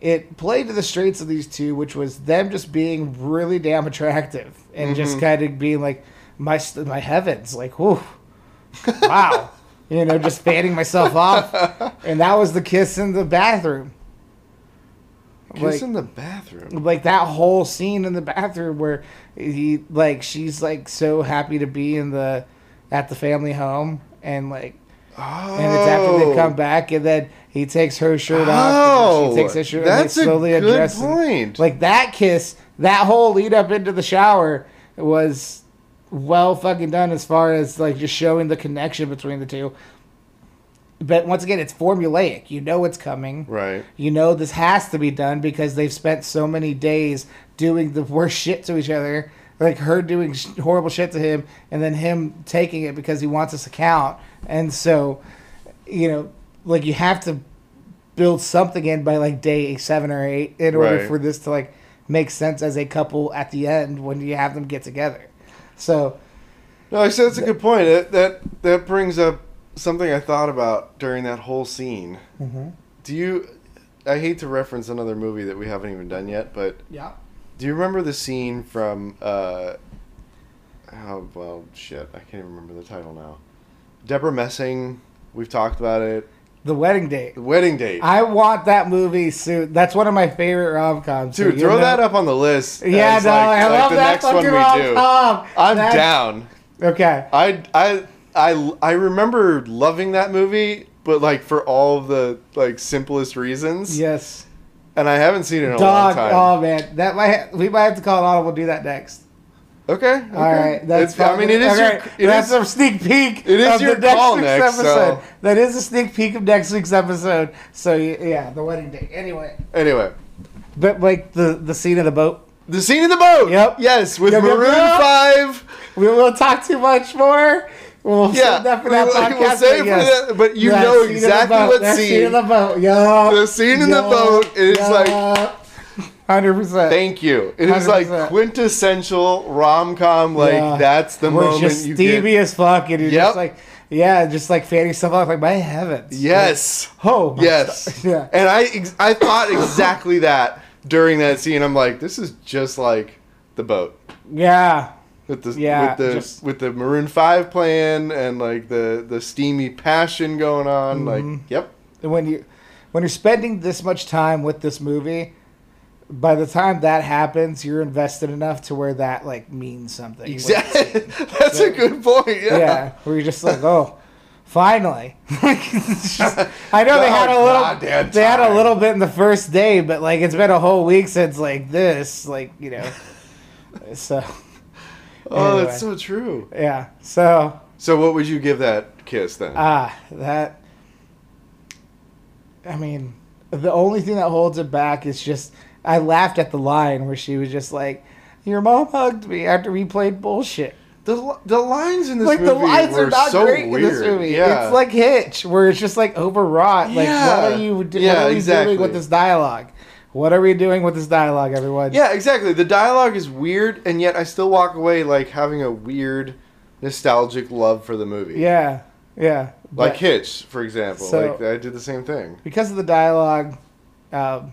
A: it played to the strengths of these two, which was them just being really damn attractive and
B: Mm-hmm.
A: just kind of being like my s- my heavens, like whoo,
B: (laughs)
A: wow, you know, just fanning myself off, and that was the kiss in the bathroom,
B: Kiss
A: like-
B: in the bathroom.
A: like that whole scene in the bathroom where he like she's like so happy to be in the at the family home and like
B: Oh.
A: and it's after they come back, and then he takes her shirt off, and
B: Oh,
A: she takes his shirt,
B: that's
A: and
B: a
A: they slowly
B: good
A: undress. and-
B: point.
A: like that kiss, that whole lead up into the shower was well fucking done as far as like just showing the connection between the two. But once again, it's formulaic. You know what's coming.
B: Right.
A: You know this has to be done because they've spent so many days doing the worst (laughs) shit to each other. Like her doing sh- horrible shit to him, and then him taking it because he wants us to count. And so, you know, like you have to build something in by like day seven or eight in order
B: Right.
A: for this to like make sense as a couple at the end when you have them get together. So
B: No, actually, that's a good point. That that, that brings up something I thought about during that whole scene.
A: Mm-hmm.
B: Do you? I hate to reference another movie that we haven't even done yet, but
A: yeah,
B: do you remember the scene from? Uh, oh well, shit! I can't even remember the title now. Deborah Messing. We've talked about it.
A: the wedding date.
B: The wedding date.
A: I want that movie soon. That's one of my favorite rom coms.
B: Dude, throw that up on the list.
A: Yeah,
B: as,
A: no,
B: like-
A: I
B: like
A: love
B: the
A: that
B: next one
A: fucking
B: we
A: rom
B: do.
A: com.
B: I'm down.
A: Okay.
B: I I I I remember loving that movie, but like for all the like simplest reasons.
A: Yes.
B: And I haven't seen it in a long
A: Dog.
B: time.
A: Oh man, that might we might have to call an audible. Do that next.
B: okay, okay.
A: All right. That's.
B: It's- I mean, it is.
A: okay,
B: Your, it
A: that's
B: is.
A: a sneak peek.
B: it is
A: of
B: your
A: the next
B: call
A: week's
B: next, so-
A: episode. That is a sneak peek of next week's episode. So y- yeah, the wedding day. Anyway,
B: anyway,
A: but like the the scene of the boat.
B: the scene in the boat.
A: Yep.
B: Yes, with
A: Yep, yep,
B: Maroon
A: yep.
B: Five.
A: We won't talk too much more. We'll
B: Yeah,
A: save that for
B: we-
A: that
B: we-
A: podcast.
B: we'll save it
A: but
B: for
A: yes.
B: that, but you
A: That
B: know
A: scene in the
B: exactly
A: boat,
B: what
A: that
B: scene.
A: scene in the boat. Yo,
B: The scene in the boat is like-
A: hundred percent.
B: Thank you. It is like
A: 100%.
B: quintessential rom com. Like
A: Yeah.
B: that's the
A: We're
B: moment
A: just
B: you
A: steamy
B: get.
A: as fuck, and you're
B: Yep.
A: just like, yeah, just like fanning stuff off. Like my heavens. (laughs)
B: Yes.
A: Like, oh. my
B: Yes.
A: God. (laughs) Yeah.
B: And I ex- I thought exactly that during that scene. I'm like, this is just like the boat
A: Yeah.
B: with the
A: Yeah,
B: with the
A: just-
B: with the Maroon Five playing and like the the steamy passion going on.
A: Mm-hmm.
B: Like, yep.
A: And when you when you're spending this much time with this movie, by the time that happens, you're invested enough to where that like means something.
B: Exactly. (laughs) That's a good point.
A: (laughs)
B: Yeah.
A: yeah, where you're just like, oh, finally. (laughs) Like, it's just- I know they had a
B: Oh,
A: little,
B: goddamn
A: they had a
B: time.
A: little bit in the first day, but like it's been a whole week since like this, like you know. So
B: Oh,
A: Anyway.
B: that's so true.
A: yeah, so
B: So, what would you give that kiss then?
A: ah, that. I mean, the only thing that holds it back is just I laughed at the line where she was just like, "Your mom hugged me after we played bullshit."
B: the li- the lines in this
A: like
B: movie
A: the lines
B: were
A: are not
B: so
A: great
B: weird.
A: in this movie.
B: Yeah.
A: It's like Hitch, where it's just like overwrought. Like, what
B: Yeah.
A: are you? do-
B: Yeah,
A: what are we
B: exactly.
A: doing with this dialogue? What are we doing with this dialogue, everyone?
B: Yeah, exactly. The dialogue is weird, and yet I still walk away like having a weird, nostalgic love for the movie.
A: yeah, yeah.
B: like
A: But
B: Hitch, for example.
A: So-
B: like I did the same thing.
A: because of the dialogue, um,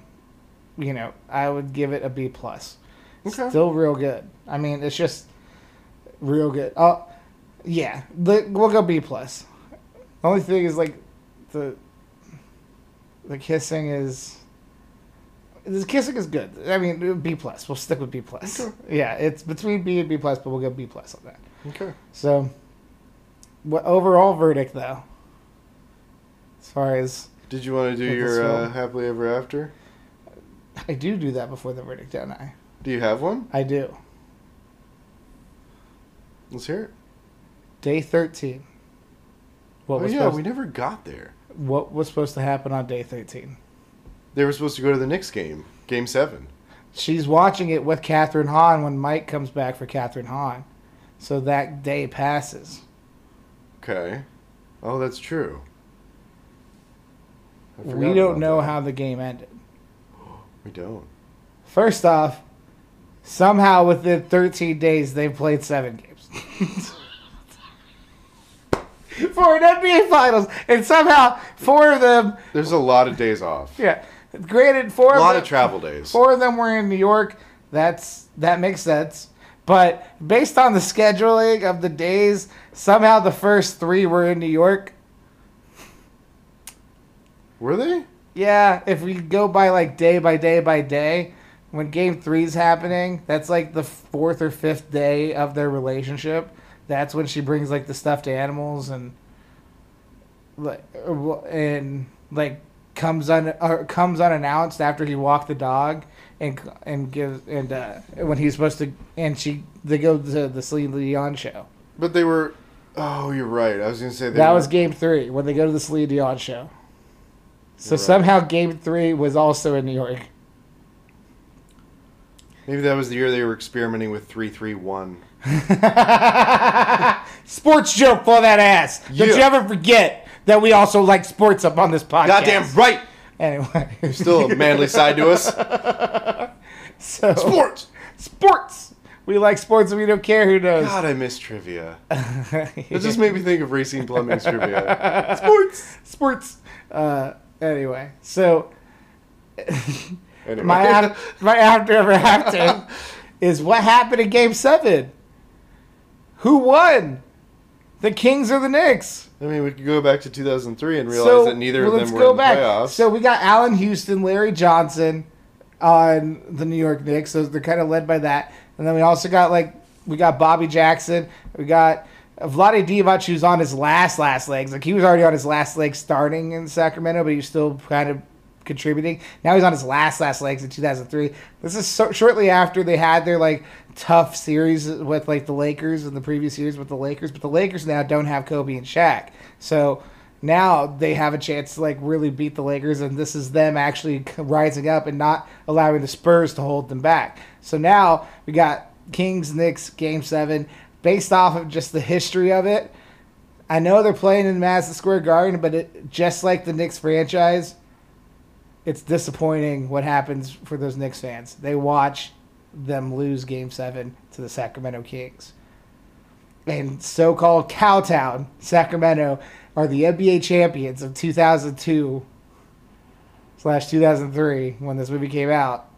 A: you know, I would give it a B plus.
B: Okay.
A: Still real good. I mean, it's just real good. Oh, yeah. The, we'll go B plus. Only thing is like the The kissing is. The kissing is good. I mean, B plus. We'll stick with B plus.
B: Okay.
A: Yeah, it's between B and B plus, but we'll go B plus on that.
B: Okay.
A: So, what overall verdict though? As far as
B: Did you want to do
A: With
B: your
A: this
B: uh,
A: film.
B: happily ever after?
A: I do do that before the verdict, don't I?
B: Do you have one?
A: I do.
B: Let's hear it.
A: Day thirteen. What
B: oh
A: was
B: yeah,
A: supposed,
B: we never got there.
A: what was supposed to happen on day thirteen?
B: They were supposed to go to the Knicks game, game seven.
A: She's watching it with Catherine Hahn when Mike comes back for Catherine Hahn. So that day passes.
B: Okay. Oh, that's true. I
A: We
B: forgot
A: don't
B: about
A: know
B: that.
A: how the game ended.
B: We don't.
A: First off, somehow within 13 days, they've played seven games. (laughs) For an NBA Finals, and somehow four of them,
B: There's a lot of days off.
A: (laughs) yeah, granted, four
B: A lot
A: of
B: of
A: them,
B: travel days.
A: four of them were in New York. That's that makes sense. But based on the scheduling of the days, somehow the first three were in New York.
B: Were they?
A: Yeah, if we go by like day by day by day, when game three's happening, that's like the fourth or fifth day of their relationship. That's when she brings like the stuffed animals and like and like comes un or comes unannounced after he walked the dog and and gives and uh, when he's supposed to and she they go to the Celine Dion show.
B: But they were. Oh, you're right. I was gonna say they
A: That
B: were-
A: was game three when they go to the Celine Dion show. So
B: Right.
A: somehow game three was also in New York.
B: Maybe that was the year they were experimenting with three three one.
A: sports joke for that ass. Don't
B: Yeah.
A: you ever forget that we also like sports up on this podcast.
B: Goddamn right.
A: Anyway, (laughs)
B: Still a manly side to us.
A: so
B: Sports.
A: sports. We like sports and we don't care who knows. (laughs)
B: God, I miss trivia. It just made me think of Racine
A: (laughs)
B: Plumbing's trivia. Sports.
A: sports. Uh, anyway, so
B: Anyway.
A: my af- my after ever after is what happened in Game Seven. Who won? The Kings or the Knicks?
B: (laughs) I mean, we could go back to 2003 and realize that neither
A: well,
B: of
A: let's
B: them were
A: go
B: in the
A: back.
B: playoffs.
A: So we got Allen Houston, Larry Johnson on the New York Knicks. So they're kind of led by that. And then we also got like we got Bobby Jackson. We got Vlade Divac, who's on his last last legs. Like he was already on his last leg starting in Sacramento, but he was still kind of contributing. Now he's on his last last legs in 2003. This is so, shortly after they had their like tough series with like the Lakers and the previous years with the Lakers, but the Lakers now don't have Kobe and Shaq. So now they have a chance to like really beat the Lakers, and this is them actually (laughs) rising up and not allowing the Spurs to hold them back. So now we got Kings Knicks Game Seven, based off of just the history of it. I know they're playing in Madison Square Garden, but it, just like the Knicks franchise, it's disappointing what happens for those Knicks fans. They watch them lose Game Seven to the Sacramento Kings and so-called Cowtown, Sacramento, are the NBA champions of 2002 slash 2003 when this movie came out,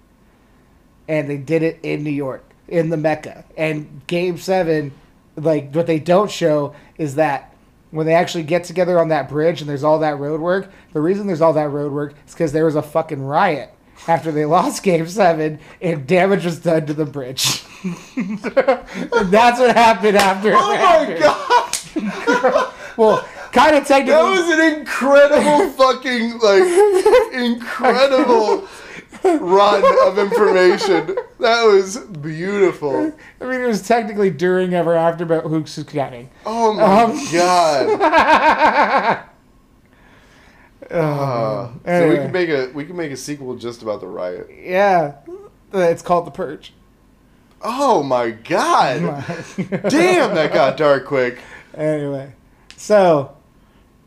A: and they did it in New York, in the Mecca. And Game Seven, like what they don't show is that when they actually get together on that bridge and there's all that road work, the reason there's all that road work is because there was a fucking riot after they (laughs) lost Game Seven and damage was done to the bridge. (laughs) And that's what happened after.
B: oh
A: (laughs)
B: my god,
A: Well, kind of
B: that
A: technically.
B: was
A: (laughs)
B: an incredible fucking like incredible run of information. That was beautiful.
A: I mean, it was technically during ever after, but who's counting?
B: Oh my
A: Um.
B: god.
A: (laughs)
B: Uh, so we
A: Oh, anyway.
B: can make a we can make a sequel just about the riot.
A: Yeah, Uh, it's called the (laughs) Purge.
B: Oh
A: (laughs)
B: my god! Damn, that got dark quick.
A: anyway, so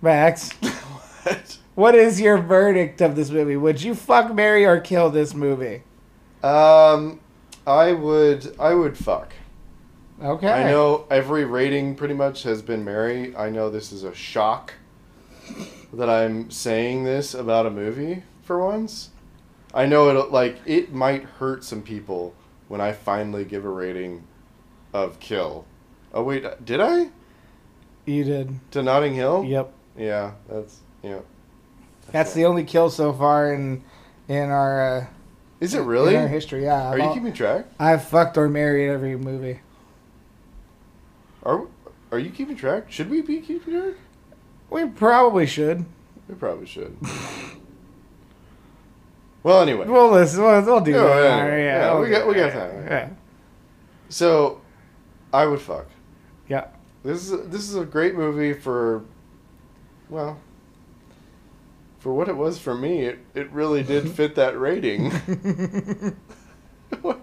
A: Max,
B: What?
A: what is your verdict of this movie? Would you fuck, marry, or kill this movie?
B: Um, I would I would fuck.
A: Okay.
B: I know every rating pretty much has been Mary. I know this is a shock that I'm saying this about a movie for once. I know it like it might hurt some people when I finally give a rating of Kill. Oh wait, did I?
A: you did.
B: To Notting Hill?
A: Yep.
B: Yeah, that's yeah.
A: That's the only kill so far in in our uh,
B: Is it really?
A: in our history. Yeah,
B: Are
A: I've,
B: you
A: all-
B: keeping track?
A: I've fucked or married every movie.
B: Are Are you keeping track? Should we be keeping track?
A: We probably should.
B: We
A: (laughs)
B: probably should. well, anyway.
A: Well, listen, we'll, we'll do
B: Yeah,
A: that.
B: Oh, yeah,
A: All right,
B: yeah, we
A: we'll
B: got-
A: do
B: we got
A: that.
B: that. So, I would fuck.
A: Yeah. (laughs)
B: This is this is a great movie for, well, for what it was for me. It it really did fit that rating. (laughs)
A: yeah.
B: Where,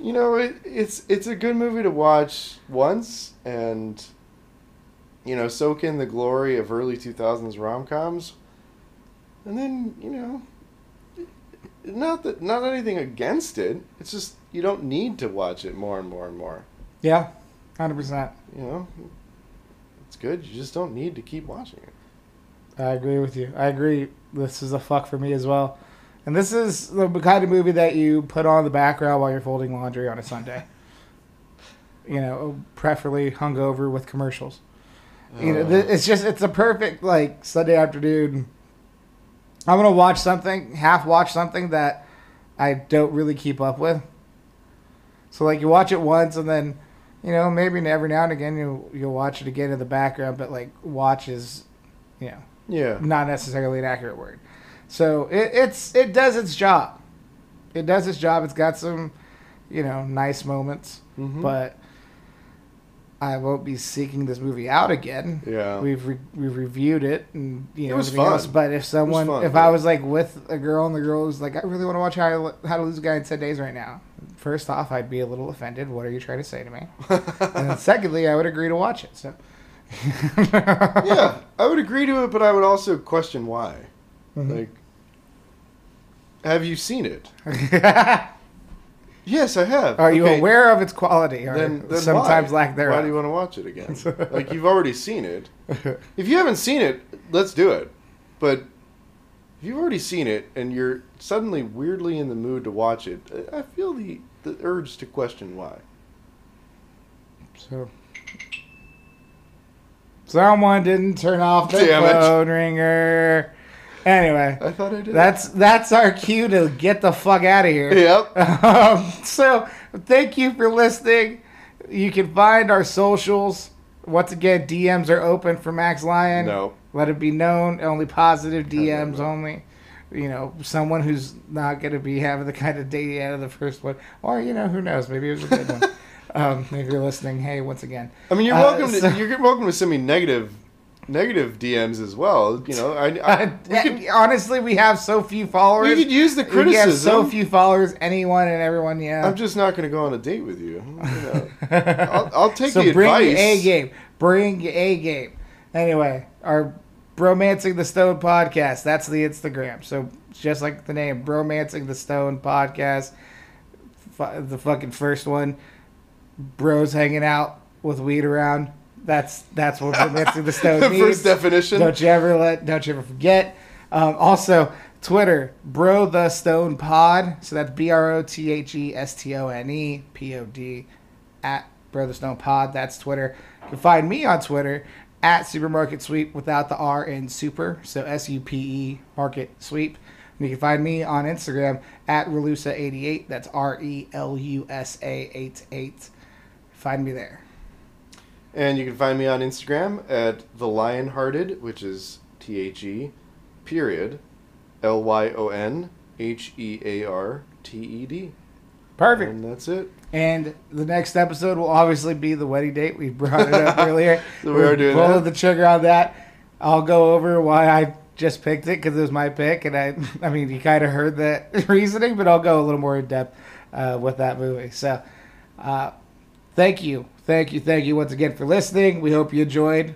B: you know, it, it's it's a good movie to watch once and, you know, soak in the glory of early two thousands rom coms, and then you know. Not that not anything against it. It's just you don't need to watch it more and more and more.
A: yeah, hundred percent.
B: you know, it's good. You just don't need to keep watching it.
A: I agree with you. I agree. This is a fuck for me as well. And this is the kind of movie that you put on the background while you're folding laundry on a Sunday. You know, preferably hungover with commercials. You know, th- it's just it's a perfect like Sunday afternoon. I'm gonna watch something, half watch something that I don't really keep up with. So like you watch it once and then, you know, maybe every now and again you you'll watch it again in the background, but like watch is, you know,
B: yeah.
A: not necessarily an accurate word. So it, it's it does its job. It does its job. It's got some, you know, nice moments,
B: Mhm.
A: but I won't be seeking this movie out again.
B: Yeah. (laughs)
A: We've re- we've reviewed it and you know
B: Oh. was
A: everything
B: fun.
A: else. But if someone,
B: fun,
A: if
B: yeah.
A: I was like with a girl and the girl was like, I really want to watch how to, how to lose a guy in ten days right now. First off, I'd be a little offended. What are you trying to say
B: (laughs)
A: to me? and then secondly, I would agree to watch it. So
B: yeah, I would agree to it, but I would also question why.
A: Mm-hmm.
B: Like, have you seen it? Yes, I
A: (laughs)
B: have.
A: Are you
B: Okay,
A: aware of its quality or
B: Then, then
A: sometimes
B: why?
A: lack thereof?
B: Why do you want to watch
A: (laughs)
B: it again? like, you've already seen it. If you haven't seen it, let's do it. But if you've already seen it and you're suddenly weirdly in the mood to watch it, I I feel the, the urge to question why.
A: so, someone didn't turn off the
B: Damn it.
A: phone ringer. Anyway,
B: I thought I did.
A: that's that's our cue to get the fuck out of here.
B: (laughs) Yep.
A: Um, so, thank you for listening. You can find our socials. Once again, DMs are open for Max Lyon.
B: No.
A: Let it be known, only positive DMs
B: no.
A: only. You know, someone who's not going to be having the kind of day out of the first one. Or, you know, who knows? Maybe it was a good one.
B: (laughs)
A: Um, if you're listening, hey, once again.
B: I mean, you're
A: Uh,
B: welcome.
A: so-
B: to, you're welcome to send me negative, negative DMs as well. You know,
A: (laughs)
B: I, I Uh, we could,
A: honestly, we have so few followers.
B: we could use the
A: We have so
B: criticism.
A: few followers, anyone and everyone, yeah.
B: I'm just not going to go on a date with you.
A: (laughs)
B: you know. (laughs) I'll, I'll take
A: so
B: the
A: bring
B: advice.
A: your A game. Bring your A game. Anyway, our Bromancing the Stone podcast. That's the Instagram. So just like the name, Bromancing the Stone podcast. Fu- The fucking first one, bros hanging out with weed around. That's that's what Bromancing
B: (laughs)
A: the Stone
B: the
A: means.
B: first definition.
A: Don't you ever let. Don't you ever forget. Um, also, Twitter, bro the stone pod. So that's B R O T H E S T O N E P O D at bro the stone pod. That's Twitter. You can find me on Twitter at supermarket sweep without the R in super. So S U P E market sweep. And you can find me on Instagram at relusa88. That's R E L U S A 88. Find me there.
B: And you can find me on Instagram at the Lionhearted, which is T H E, period, L Y O N H E A R T E D,
A: Perfect.
B: and that's it.
A: And the next episode will obviously be the wedding date. We brought it
B: (laughs)
A: up earlier.
B: So we are doing
A: pulling
B: that.
A: the trigger on that. I'll go over why I just picked it because it was my pick, and I, I mean, you kind of heard that (laughs) reasoning, but I'll go a little more in depth uh, with that movie. So, uh, thank you, thank you, thank you once again for listening. We hope you enjoyed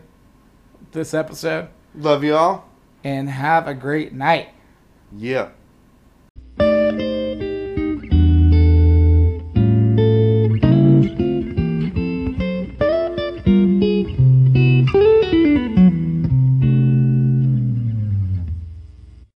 A: this episode,
B: Love you all.
A: and have a great night.
B: Yeah.